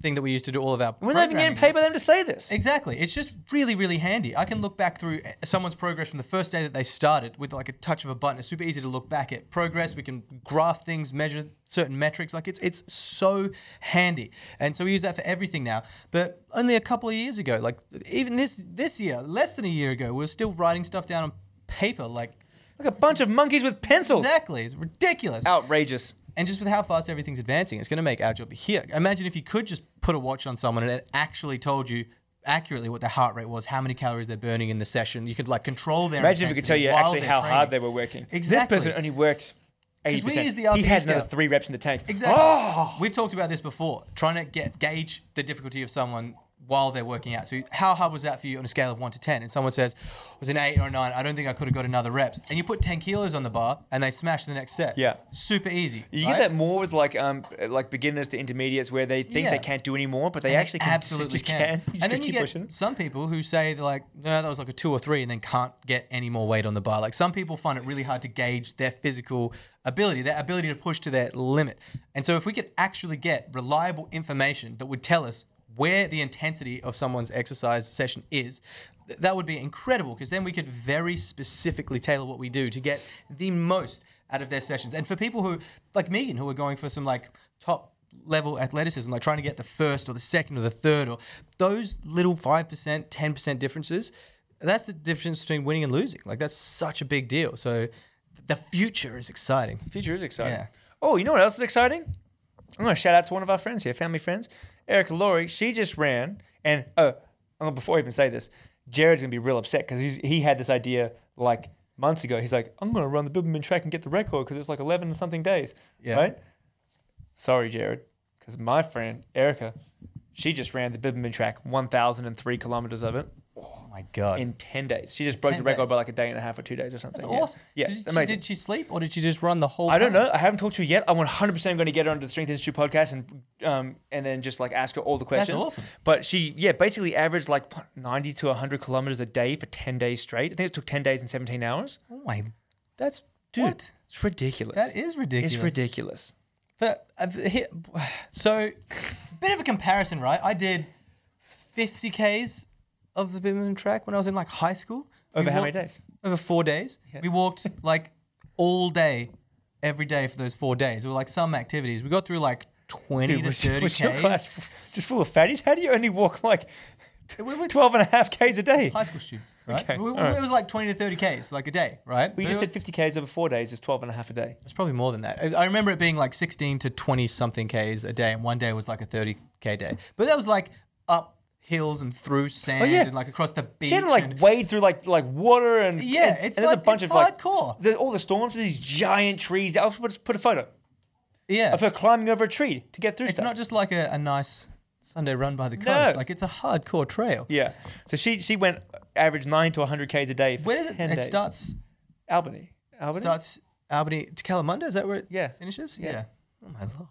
S1: thing that we use to do all of our.
S2: We're not even
S1: programming.
S2: getting paid by them to say this.
S1: Exactly. It's just really, really handy. I can look back through eh, someone's progress from the first day that they started with like a touch of a button. It's super easy to look back at progress. We can graph things, measure certain metrics. Like it's it's so handy. And so we use that for everything now. But only a couple of years ago, like even this this year, less than a year ago, we were still writing stuff down on paper. Like
S2: Like a bunch of monkeys with pencils.
S1: exactly, it's ridiculous.
S2: Outrageous.
S1: And just with how fast everything's advancing, it's going to make our job here. Imagine if you could just put a watch on someone and it actually told you accurately what their heart rate was, how many calories they're burning in the session. You could like control their.
S2: Imagine if we could tell
S1: intensity
S2: you
S1: while
S2: actually
S1: they're
S2: how hard they
S1: training.
S2: were working.
S1: Exactly.
S2: This person only worked 80%.
S1: we use the
S2: he
S1: RPE
S2: had
S1: scale.
S2: another three reps in the tank.
S1: Exactly.
S2: Oh!
S1: We've talked about this before. Trying to get gauge the difficulty of someone while they're working out. So how hard was that for you on a scale of one to ten? And someone says it was an eight or a nine. I don't think I could have got another reps. And you put ten kilos on the bar and they smash the next set.
S2: Yeah.
S1: Super easy.
S2: You
S1: right?
S2: get that more with like um like beginners to intermediates where they think
S1: Yeah.
S2: they can't do anymore, but they
S1: And they
S2: actually can,
S1: absolutely
S2: just
S1: can.
S2: can. *laughs* You just
S1: and then
S2: gotta
S1: you
S2: keep
S1: get
S2: pushing.
S1: some people who say they're like, no, that was like a two or three, and then can't get any more weight on the bar. Like some people find it really hard to gauge their physical ability, their ability to push to their limit. And so if we could actually get reliable information that would tell us where the intensity of someone's exercise session is. th- That would be incredible because then we could very specifically tailor what we do to get the most out of their sessions. And for people who, like Megan, who are going for some like top level athleticism, like trying to get the first or the second or the third or those little 5%, 10% differences, that's the difference between winning and losing. Like that's such a big deal. So th- the future is exciting.
S2: Future is exciting.
S1: Yeah.
S2: Oh, you know what else is exciting? I'm gonna shout out to one of our friends here, family friends, Erica Laurie. She just ran, and oh, oh, before I even say this, Jared's gonna be real upset because he had this idea like months ago. He's like, I'm gonna run the Bilberman track and get the record because it's like 11 or something days,
S1: Yeah.
S2: right? Sorry, Jared, because my friend Erica, she just ran the Bilberman track, 1,003 kilometers of it
S1: Oh my God.
S2: in 10 days. She just broke
S1: 10
S2: the record
S1: days.
S2: by like a day and a half or two days or something.
S1: that's
S2: Yeah.
S1: awesome.
S2: Yeah,
S1: So did- so
S2: amazing.
S1: did she sleep or did she just run the whole
S2: I don't
S1: time?
S2: know. I haven't talked to her yet. I'm 100% going to get her onto the Strength Institute podcast and um, and then just like ask her all the
S1: That's
S2: questions.
S1: awesome.
S2: But she, yeah, basically averaged like 90 to 100 kilometers a day for 10 days straight. I think it took 10 days and 17 hours.
S1: Oh my, that's
S2: Dude,
S1: what?
S2: it's ridiculous.
S1: That is ridiculous.
S2: It's ridiculous.
S1: But I've hit, so, bit of a comparison, right? I did 50 k's of the Bimini track when I was in like high school. We
S2: Over how many
S1: walked-
S2: days?
S1: Over four days. We
S2: *laughs*
S1: walked like all day, every day for those four days. There were like some activities. We got through like 20
S2: Dude,
S1: to
S2: was,
S1: 30
S2: was your
S1: k's.
S2: class *laughs* just full of fatties? How do you only walk like
S1: We were
S2: 12 and a half Ks a day?
S1: high school students, right?
S2: Okay,
S1: We- we-
S2: all right.
S1: It was like 20 to 30 k's like a day, right?
S2: We
S1: But
S2: just
S1: it
S2: said 50 Ks over four days is 12 and a half a day.
S1: It's probably more than that. I I remember it being like 16 to 20 something Ks a day, and one day was like a 30K day. But that was like up hills and through sand
S2: Oh, yeah.
S1: and like across the beach.
S2: She had to like
S1: and-
S2: wade through like like water and
S1: Yeah,
S2: and-
S1: it's
S2: and there's
S1: like-
S2: a bunch
S1: it's
S2: of like
S1: hardcore.
S2: the- all the storms, these giant trees. I'll just put a photo
S1: yeah.
S2: of her climbing over a tree to get through
S1: It's
S2: stuff.
S1: not just like a, a nice Sunday run by the coast.
S2: No.
S1: Like it's a hardcore trail.
S2: yeah. So she she went average nine to hundred k's a day for
S1: Where does it,
S2: 10
S1: it
S2: days.
S1: starts?
S2: Albany. Albany.
S1: Starts Albany to Kalamunda. Is that where it
S2: Yeah.
S1: finishes?
S2: Yeah.
S1: Oh my lord.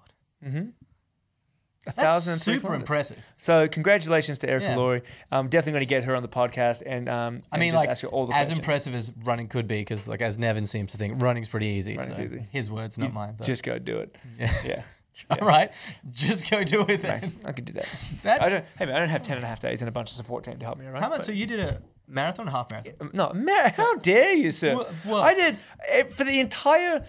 S2: a
S1: That's
S2: thousand and three
S1: super
S2: kilometers.
S1: impressive.
S2: So congratulations to Erica
S1: Yeah.
S2: Laurie. I'm definitely going to get her on the podcast and um.
S1: I
S2: and
S1: mean,
S2: just
S1: like
S2: ask her all the
S1: as
S2: questions.
S1: impressive as running could be, because like as Nevin seems to think, running's pretty easy.
S2: Running's
S1: so
S2: easy.
S1: His words, not mine. But.
S2: Just go do it.
S1: Yeah.
S2: Yeah.
S1: *laughs* All right, just go do it then.
S2: Right. I could do that.
S1: That's-
S2: I don't. Hey man, I don't have ten and a half days and a bunch of support team to help me. All right.
S1: How much?
S2: But-
S1: So you did a marathon, half marathon.
S2: No, Matt, how dare you, sir?
S1: Wha- what?
S2: I did eh, for the entire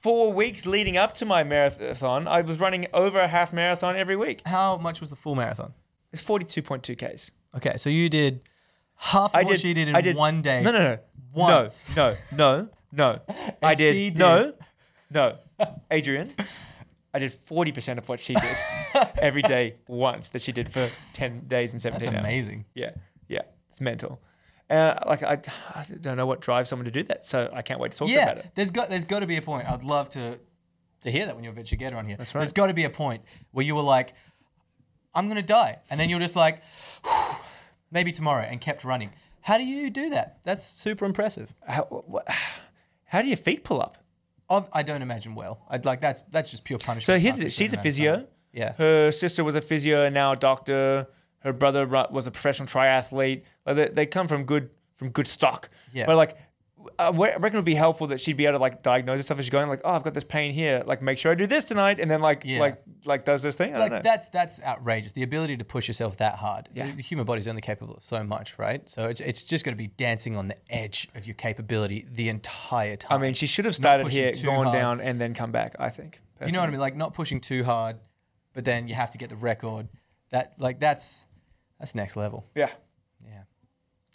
S2: four weeks leading up to my marathon. I was running over a half marathon every week.
S1: How much was the full marathon?
S2: It's 42.2 Ks.
S1: Okay, so you did half of
S2: I
S1: what
S2: did,
S1: she did in
S2: I did,
S1: one day.
S2: No, no, no.
S1: Once.
S2: No, no,
S1: *laughs*
S2: no, no. I did,
S1: she did.
S2: No, no. Adrian, I did 40% of what
S1: *laughs*
S2: she did every day once that she did for 10 days and 17
S1: That's
S2: hours.
S1: amazing.
S2: Yeah, yeah. It's mental. Uh, like, I, I don't know what drives someone to do that. So I can't wait to talk to her
S1: Yeah,
S2: about it.
S1: there's got there's got to be a point. I'd love to to hear that when you're a venture getter on here. That's
S2: right.
S1: There's got to be a point where you were like, I'm gonna die, and then you're just like, maybe tomorrow, and kept running. How do you do that? That's super impressive.
S2: How, wh- how do your feet pull up?
S1: Of- I don't imagine well. I'd like that's that's just pure punishment.
S2: So here's
S1: after
S2: it. She's
S1: certain
S2: a
S1: amount of
S2: physio.
S1: time. Yeah.
S2: Her sister was a physio and now a doctor. Her brother ru- was a professional triathlete. Like they, they come from good from good stock.
S1: Yeah.
S2: But like, I we- I reckon it would be helpful that she'd be able to like diagnose herself as she's going. Like, oh, I've got this pain here. Like, make sure I do this tonight, and then like
S1: Yeah.
S2: like like does this thing. I don't know.
S1: like that's that's outrageous. The ability to push yourself that hard.
S2: Yeah.
S1: The, the human body's only capable of so much, right? So it's, it's just going to be dancing on the edge of your capability the entire
S2: I
S1: time.
S2: mean, she should have started
S1: pushing
S2: here,
S1: too
S2: gone
S1: hard.
S2: down, and then come back. I think.
S1: you know what I mean? Like not pushing too hard, but then you have to get the record. That like that's that's next level.
S2: Yeah.
S1: Yeah.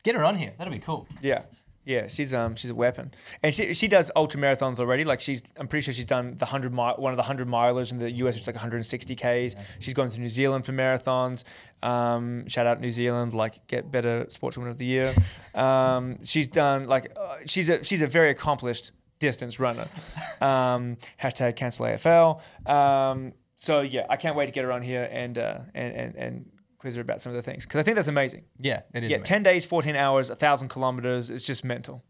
S1: Get her on here. That'll be cool.
S2: Yeah. Yeah, she's um she's a weapon, and she she does ultra marathons already. Like she's, I'm pretty sure she's done the hundred mile, one of the hundred milers in the US, which is like 160 ks. She's gone to New Zealand for marathons. Um, shout out New Zealand, like get better sportswoman of the year. Um, she's done like uh, she's a she's a very accomplished distance runner. Um, hashtag cancel AFL. Um, so yeah, I can't wait to get her on here and uh, and and and quiz her about some of the things because I think that's amazing.
S1: Yeah, it is.
S2: Yeah,
S1: amazing.
S2: 10 days, 14 hours, 1,000 kilometers. It's just mental.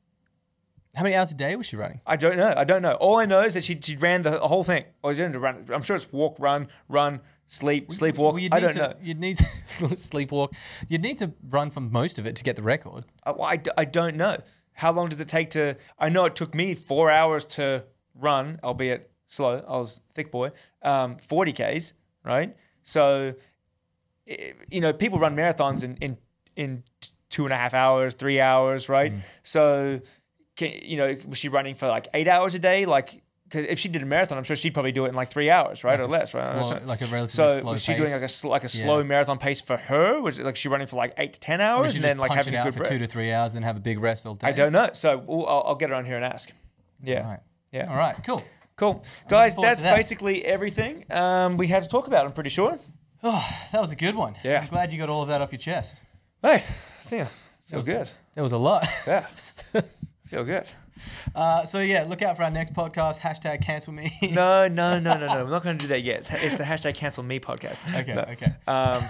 S1: How many hours a day was she running?
S2: I don't know. I don't know. All I know is that she, she ran the whole thing. Or she didn't run. I'm sure it's walk, run, run, sleep, sleep, walk.
S1: Well, you'd
S2: I
S1: need
S2: don't
S1: to,
S2: know.
S1: You'd need to *laughs* sleepwalk. You'd need to run for most of it to get the record.
S2: I, Uh, I d- I don't know. How long does it take to. I know it took me four hours to run, albeit slow. I was thick boy. Um, 40 Ks, right? So, i- you know, people run marathons in, in, in two and a half hours, three hours,
S1: Mm.
S2: right? So, can, you know, was she running for like eight hours a day? Like, 'cause if she did a marathon, I'm sure she'd probably do it in like three hours, right, or less, right?
S1: Slow- like a relatively
S2: so
S1: slow
S2: was she
S1: pace.
S2: doing like a sl- like a slow marathon pace for her? Was it like she running for like eight to ten
S1: Or
S2: hours
S1: she
S2: and
S1: just
S2: then like
S1: punch
S2: having
S1: it
S2: a
S1: out
S2: good
S1: for
S2: break?
S1: two to three hours, then have a big rest all day.
S2: I don't know. So we'll, I'll, I'll get her on here and ask. Yeah,
S1: All right.
S2: yeah,
S1: All right. Cool.
S2: cool, guys.
S1: forward
S2: That's
S1: to that.
S2: basically everything um, we had to talk about. I'm pretty sure.
S1: Oh, that was a good one.
S2: Yeah.
S1: I'm glad you got all of that off your chest.
S2: Right, I think I feel good.
S1: There was a lot. *laughs*
S2: Yeah, feel good.
S1: Uh, so yeah, look out for our next podcast. Hashtag cancel me. *laughs*
S2: No, no, no, no, no. We're not going to do that yet. It's, it's the hashtag cancel me podcast.
S1: *laughs* Okay,
S2: No.
S1: okay.
S2: Um,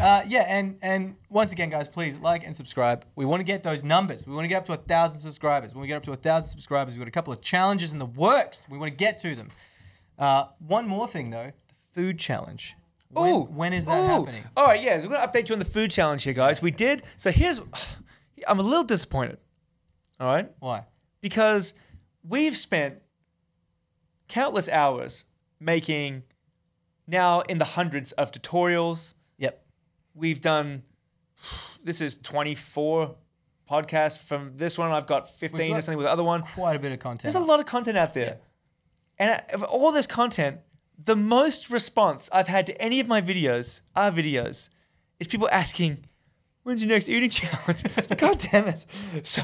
S1: Uh, yeah, and and once again, guys, please like and subscribe. We want to get those numbers. We want to get up to a thousand subscribers. When we get up to a thousand subscribers, we've got a couple of challenges in the works. We want to get to them. Uh, one more thing though, the food challenge. *laughs* When,
S2: Ooh.
S1: when is that
S2: Ooh.
S1: happening?
S2: All right, yeah, so we're going to update you on the food challenge here, guys. We did. So here's, I'm a little disappointed. All right,
S1: Why?
S2: because we've spent countless hours making now in the hundreds of tutorials.
S1: Yep.
S2: We've done. This is 24 podcasts from this one. I've got 15
S1: got-
S2: or something with the other one.
S1: Quite a bit of content.
S2: There's a lot of content out there. And of all this content, the most response I've had to any of my videos, our videos, is people asking, when's your next eating challenge? *laughs* God damn it. So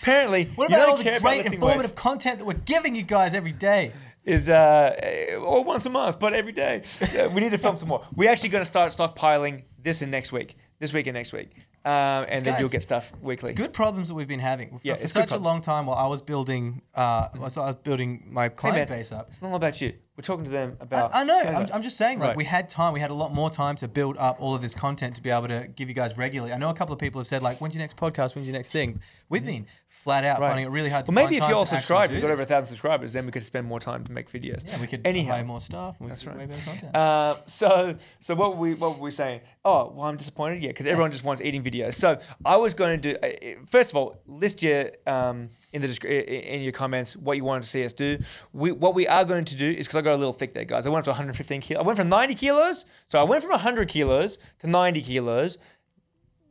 S2: apparently,
S1: What
S2: you
S1: about
S2: don't
S1: all
S2: care
S1: the
S2: about
S1: great
S2: lifting
S1: informative
S2: weights.
S1: content that we're giving you guys every day?
S2: Is uh, or once a month, but every day. Uh, we need to film
S1: *laughs*
S2: some more. We're actually going to start stockpiling this and next week, this week and next week, um, and then
S1: guys,
S2: you'll get stuff weekly.
S1: Good problems that we've been having for,
S2: Yeah,
S1: for
S2: it's good
S1: such a
S2: problems. Mm-hmm.
S1: long time. While I was building, uh, while I was building my client
S2: man.
S1: base up.
S2: It's not all about you. We're talking to them
S1: I,
S2: about.
S1: I know. I'm, I'm just saying, like,
S2: Right.
S1: we had time. We had a lot more time to build up all of this content to be able to give you guys regularly. I know a couple of people have said, like, when's your next podcast? When's your next thing? We've been flat out
S2: Mm-hmm. Right.
S1: finding it really hard to
S2: Well,
S1: find
S2: maybe if
S1: time
S2: you all
S1: to actually
S2: subscribed,
S1: do
S2: we got
S1: this.
S2: over a thousand subscribers, then we could spend more time to make videos.
S1: Yeah, we could
S2: anyhow.
S1: hire more staff. and We That's could
S2: right.
S1: Way better content.
S2: Uh, so, so what were we what were we saying? Oh, well, I'm disappointed. Yeah, because everyone just wants eating videos. So I was going to do. uh, uh, First of all, list your um, in the descri- i- in your comments what you wanted to see us do. We what we are going to do is because I got a little thick there, guys. I went up to 115 kilos. I went from 90 kilos. So I went from 100 kilos to 90 kilos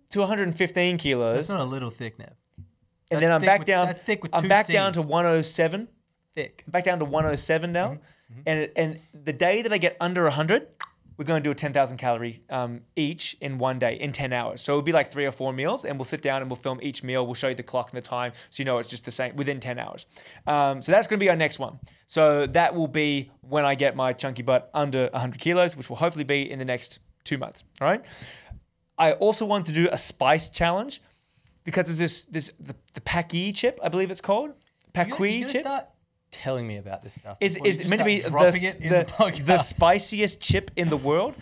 S2: to 115 kilos,
S1: That's not a little thick, Nev.
S2: and then
S1: that's
S2: I'm
S1: thick
S2: back
S1: with-
S2: down.
S1: that's thick with
S2: I'm
S1: two
S2: back down to
S1: Cs.
S2: 107
S1: Thick.
S2: back down to 107 now. And and the day that I get under 100, we're going to do a 10,000 calorie um, each in one day, in 10 hours. So it'll be like three or four meals, and we'll sit down and we'll film each meal. We'll show you the clock and the time so you know it's just the same within 10 hours. Um, so that's going to be our next one. So that will be when I get my chunky butt under 100 kilos, which will hopefully be in the next two months. All right. I also want to do a spice challenge because there's this, this the, the Paki chip, I believe it's called.
S1: You're,
S2: Paki
S1: you're gonna
S2: chip
S1: start telling me about this stuff.
S2: is
S1: before you
S2: is
S1: just
S2: meant to
S1: start
S2: be the,
S1: dropping
S2: s-
S1: it in
S2: the,
S1: *laughs*
S2: the,
S1: podcast.
S2: spiciest chip in the world.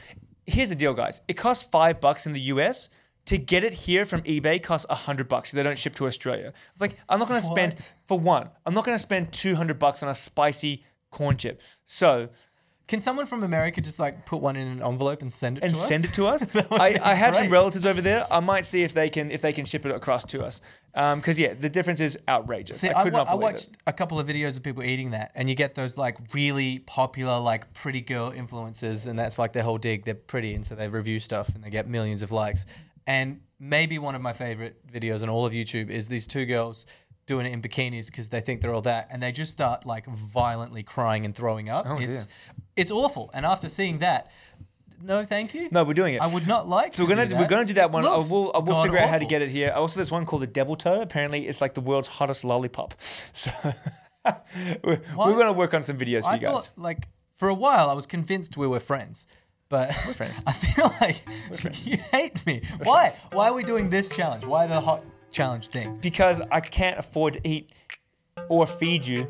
S2: Here's the deal, guys. It costs five bucks in the US. To get it here from eBay costs hundred bucks. So they don't ship to Australia. It's like I'm not gonna spend
S1: What?
S2: for one. I'm not gonna spend two hundred bucks on a spicy corn chip. So
S1: Can someone from America just like put one in an envelope and send it
S2: and
S1: to us?
S2: send it to us.
S1: *laughs* That would
S2: I,
S1: be
S2: I have some
S1: great.
S2: relatives over there. I might see if they can if they can ship it across to us. Because yeah, the difference is outrageous.
S1: See,
S2: I
S1: I,
S2: could
S1: wa-
S2: not
S1: I
S2: believe
S1: watched
S2: it.
S1: a couple of videos of people eating that, and you get those like really popular, like pretty girl influencers, and that's like their whole dig. They're pretty, and so they review stuff and they get millions of likes. And maybe one of my favorite videos on all of YouTube is these two girls doing it in bikinis because they think they're all that, and they just start like violently crying and throwing up.
S2: Oh,
S1: it's
S2: dear.
S1: it's awful. And after seeing that, no, thank you.
S2: No, we're doing it.
S1: I would not like.
S2: So
S1: to
S2: we're gonna
S1: do
S2: do
S1: that.
S2: we're gonna do that one. Uh, I
S1: Looks
S2: will I will
S1: god
S2: figure out how to
S1: awful.
S2: get it here. Also, there's one called the Devil Toe. Apparently, it's like the world's hottest lollipop. *laughs* So we're, we're
S1: What?
S2: gonna work on some videos for
S1: I
S2: you guys.
S1: thought like for a while I was convinced we were friends. But we're
S2: friends.
S1: *laughs* I feel like *laughs* you hate me. Why? Why are we doing this challenge? Why the hot challenge thing? *laughs*
S2: because I can't afford to eat or feed you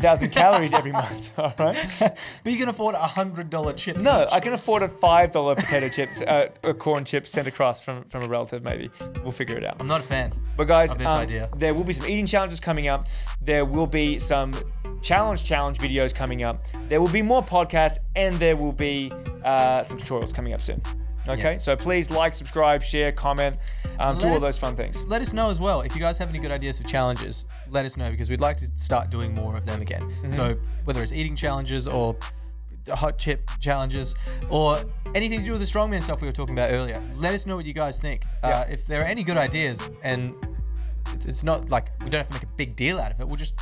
S1: *laughs*
S2: thousand calories every month. *laughs* All right.
S1: but you can afford a hundred dollar chip.
S2: No, I can afford a five dollar potato chips, uh, a corn chip sent across from from a relative. Maybe we'll figure it out.
S1: I'm not a fan.
S2: But guys,
S1: of this
S2: um,
S1: idea.
S2: there will be some eating challenges coming up. There will be some challenge challenge videos coming up. There will be more podcasts, and there will be uh, some tutorials coming up soon. Okay,
S1: Yeah.
S2: so please like, subscribe, share, comment, um, do
S1: Let
S2: all
S1: us-
S2: those fun things.
S1: Let us know as well if you guys have any good ideas for challenges. Let us know because we'd like to start doing more of them again.
S2: Mm-hmm.
S1: So whether it's eating challenges or hot chip challenges or anything to do with the strongman stuff we were talking about earlier, let us know what you guys think. Uh,
S2: Yeah.
S1: if there are any good ideas, and it- it's not like we don't have to make a big deal out of it. We'll just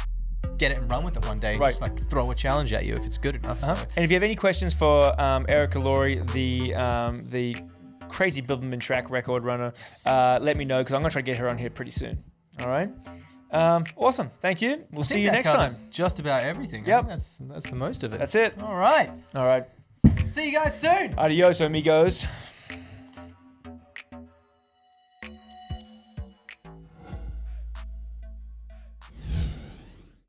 S1: get it and run with it one day. and
S2: Right. Uh-huh.
S1: Just like throw a challenge at you if it's good enough. So.
S2: And if you have any questions for um, Erica Laurie, the um, the crazy Bilberman track record runner, uh, let me know because I'm gonna try to get her on here pretty soon. All right. Um, awesome. Thank you. We'll
S1: I
S2: see
S1: think
S2: you
S1: that
S2: next time.
S1: covers Just about everything. I
S2: Yep.
S1: think that's that's the most of it.
S2: That's it.
S1: All right.
S2: All right.
S1: See you guys soon.
S2: Adios, amigos.